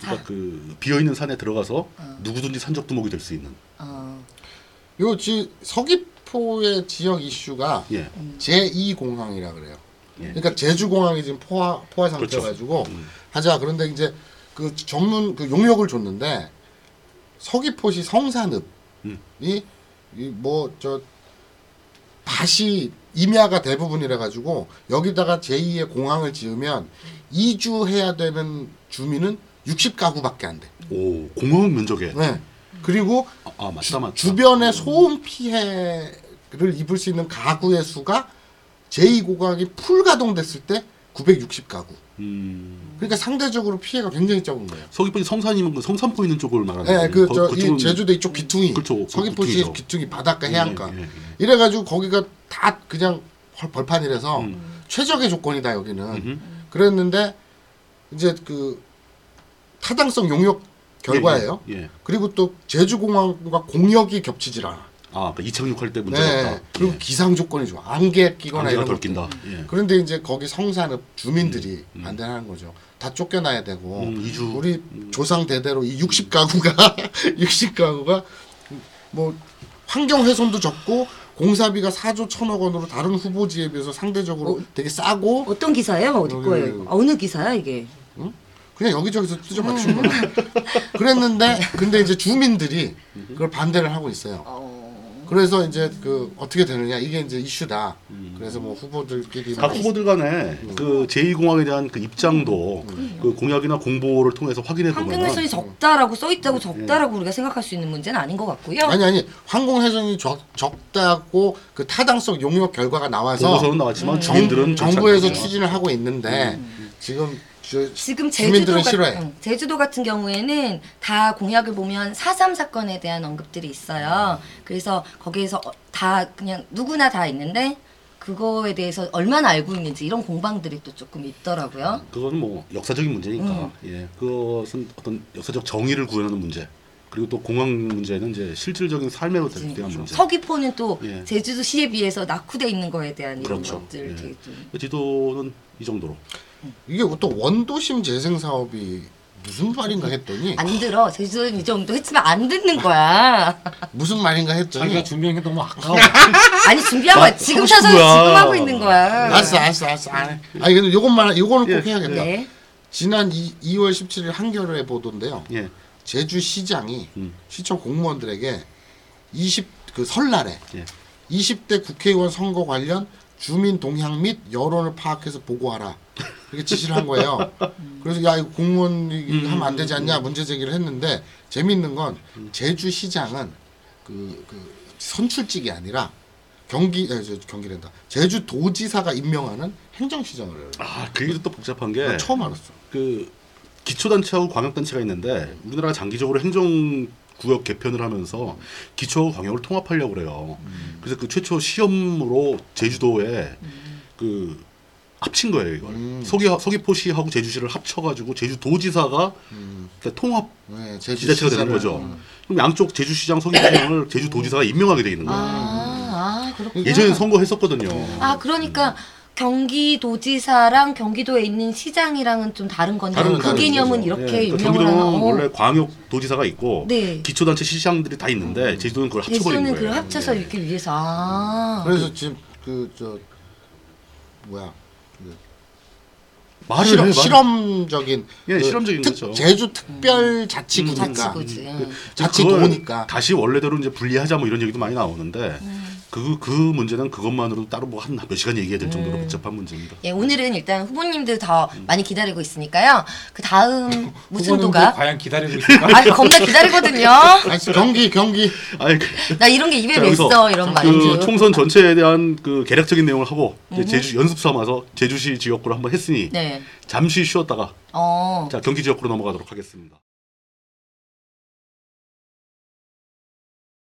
B: 그러니까 그 비어 있는 산에 들어가서 누구든지 산적두목이 될 수 있는.
D: 음.
A: 어.
D: 요 지, 서귀포의 지역 이슈가
B: 예.
D: 제2공항이라
B: 예.
D: 그래요.
B: 그렇죠. 음.
D: 그러니까 제주공항이 지금 포화 포화 상태가지고 하자 그런데 이제 그 전문 그 용역을 줬는데 서귀포시 성산읍이
B: 음.
D: 뭐저 밭이 임야가 대부분이라 가지고 여기다가 제2의 공항을 지으면 이주해야 되는 주민은 60가구밖에 안 돼.
B: 오 공항 면적에.
D: 네. 그리고
B: 아, 아 맞다 맞다.
D: 주변의 소음 피해를 입을 수 있는 가구의 수가 제2고강이 풀 가동됐을 때 960가구.
B: 음.
D: 그러니까 상대적으로 피해가 굉장히 적은 거예요.
B: 서귀포 성산이면 그 성산포 있는 쪽을 말하는
D: 예,
B: 거예요.
D: 그
B: 거-
D: 저
B: 그쪽은- 음, 그렇죠.
D: 이 제주도 이쪽 귀퉁이,
B: 그쵸,
D: 서귀포시
B: 귀퉁이죠.
D: 귀퉁이 바닷가 해안가.
B: 예, 예, 예.
D: 이래가지고 거기가 다 그냥 벌- 벌판이라서
B: 음.
D: 최적의 조건이다 여기는. 그랬는데 이제 그 타당성 용역 결과예요.
B: 예, 예.
D: 그리고 또 제주공항과 공역이 겹치질 않아.
B: 아, 그 이착륙할 때 문제가
D: 네.
B: 없다.
D: 그리고 기상 조건이 좋아. 안개 끼거나
B: 관계가
D: 이런
B: 덜
D: 것
B: 낀다. 예.
D: 그런데 이제 거기 성산읍 주민들이 반대하는 를 거죠. 다 쫓겨나야 되고
B: 음, 이주.
D: 우리 조상 대대로 이 60가구가 60가구가 뭐 환경 훼손도 적고 공사비가 4조 1천억 원으로 다른 후보지에 비해서 상대적으로 되게 싸고
A: 어떤 기사예요? 어디
D: 여기,
A: 거예요?
D: 여기.
A: 어느 기사야 이게?
D: 그냥 여기저기서 뜯어 맞춘 거야. 그랬는데 근데 이제 주민들이 그걸 반대를 하고 있어요.
A: 어.
D: 그래서 이제 그 어떻게 되느냐 이게 이제 이슈다. 그래서 뭐 후보들끼리
A: 음.
B: 각
D: 뭐
B: 후보들 간에 그 제2공항에 대한 그 입장도 그 공약이나 공보를 통해서 확인해
A: 환경
B: 보면
A: 음. 훼손이 적다라고 써 있다고 적다라고 우리가 생각할 수 있는 문제는 아닌 것 같고요.
D: 아니 아니 항공 회전이 적, 적다고 그 타당성 용역 결과가 나와서
B: 보고서는
A: 음.
B: 나왔지만 주민들은
D: 정,
B: 좋지
D: 정부에서
B: 않다.
D: 추진을 하고 있는데 지금 주,
A: 지금 제주도
D: 주민들은
A: 같-
D: 싫어해.
A: 응, 제주도 같은 경우에는 다 공약을 보면 4.3 사건에 대한 언급들이 있어요. 그래서 거기에서 어- 다 그냥 누구나 다 있는데 그거에 대해서 얼마나 알고 있는지 이런 공방들이 또 조금 있더라고요.
B: 그거는 뭐 역사적인
A: 음.
B: 문제니까 예 그것은 어떤 역사적 정의를 구현하는 문제 그리고 또 공항 문제는 이제 실질적인 삶에 대한 문제
A: 그렇죠. 서귀포는 또
B: 예.
A: 제주도시에 비해서 낙후돼 있는 거에 대한 이런
B: 그렇죠.
A: 것들
B: 예.
A: 이렇게 좀
B: 지도는 이 정도로
D: 이게 또 원도심 재생 사업이 무슨 말인가 했더니
A: 안 들어. 제주도는 이 정도 했지만 안 듣는 거야.
D: 무슨 말인가
C: 자기가
D: 했더니
C: 준비한 게 너무 아까워.
A: 아니 준비한
B: 나
A: 거야. 지금
B: 하고
A: 사서
B: 싶은 거야.
A: 지금 하고 있는 거야.
D: 알았어 알았어 알았어 안 해. 아니 근데 요것만 요거는 꼭 해야겠다
A: 네.
D: 지난 이, 2월 17일 한겨레 보도인데요
B: 예
D: 제주시장이
B: 음.
D: 시청 공무원들에게 20 그 설날에
B: 예.
D: 20대 국회의원 선거 관련 주민 동향 및 여론을 파악해서 보고하라. 이렇게 지시를 한 거예요. 그래서 야 이거 공무원
B: 음,
D: 이 하면 안 되지 않냐 문제 제기를 했는데 재밌는 건
B: 음.
D: 제주시장은 그, 그 선출직이 아니라 경기 에, 저, 경기랜다 제주도지사가 임명하는 행정시장을 해요.
B: 아 그게 또 복잡한
D: 나
B: 게
D: 처음 알았어.
B: 그 기초단체하고 광역단체가 있는데 우리나라가 장기적으로 행정 구역 개편을 하면서 기초하고 광역을 통합하려고 그래요.
D: 음.
B: 그래서 그 최초 시험으로 제주도에 그 합친 거예요 이걸
D: 음.
B: 서귀 서귀포시하고 제주시를 합쳐가지고 제주도지사가 그러니까 통합
D: 네,
B: 지자체가
D: 음. 제주시장을. 음.
B: 되는 거죠. 그럼 양쪽 제주시장 서귀포시장을 제주도지사가 임명하게 돼 있는 거예요.
A: 아, 아 그렇구나.
B: 예전에 선거했었거든요.
A: 아 그러니까 경기도지사랑 경기도에 있는 시장이랑은 좀 다른 건데
D: 다른
A: 그
D: 다른
A: 개념은
B: 거죠.
A: 이렇게
B: 예,
A: 유명한
B: 그러니까 경기도는
A: 어,
B: 원래 광역도지사가 있고
A: 네.
B: 기초단체 시장들이 다 있는데 제주도는 그걸 합쳐버린
A: 대수는
B: 거예요.
A: 그걸 합쳐서 이렇게 위해서 아
D: 그래서 지금 그 저 뭐야
B: 말을
D: 실험,
B: 해, 말을.
D: 실험적인
B: 아, 예,
D: 그
B: 실험적인
D: 특-
B: 거죠.
D: 제주 특별 음. 자치구니까
A: 그 자치구지. 예.
B: 그걸
D: 자치도니까
B: 다시 원래대로 이제 분리하자 뭐 이런 얘기도 많이 나오는데
A: 음.
B: 그 그 문제는 그것만으로도 따로 뭐 한 몇 시간 얘기해야 될
A: 네.
B: 정도로 복잡한 문제입니다.
A: 예, 오늘은 일단 후보님들 더 많이 기다리고 있으니까요. 그 다음 무슨
C: 후보님들
A: 도가
C: 뭐 과연 기다리고 있을까?
A: 아 겁나 기다리거든요.
D: 아니, 경기 경기
B: 아니 그,
A: 나 이런 게 입에
B: 자, 여기서
A: 맸어 이런 말인
B: 그
A: 줄.
B: 총선 전체에 대한 그 계략적인 내용을 하고 이제 제주 연습 삼아서 제주시 지역구로 한번 했으니
A: 네.
B: 잠시 쉬었다가
A: 어.
B: 자 경기 지역구로 넘어가도록 하겠습니다.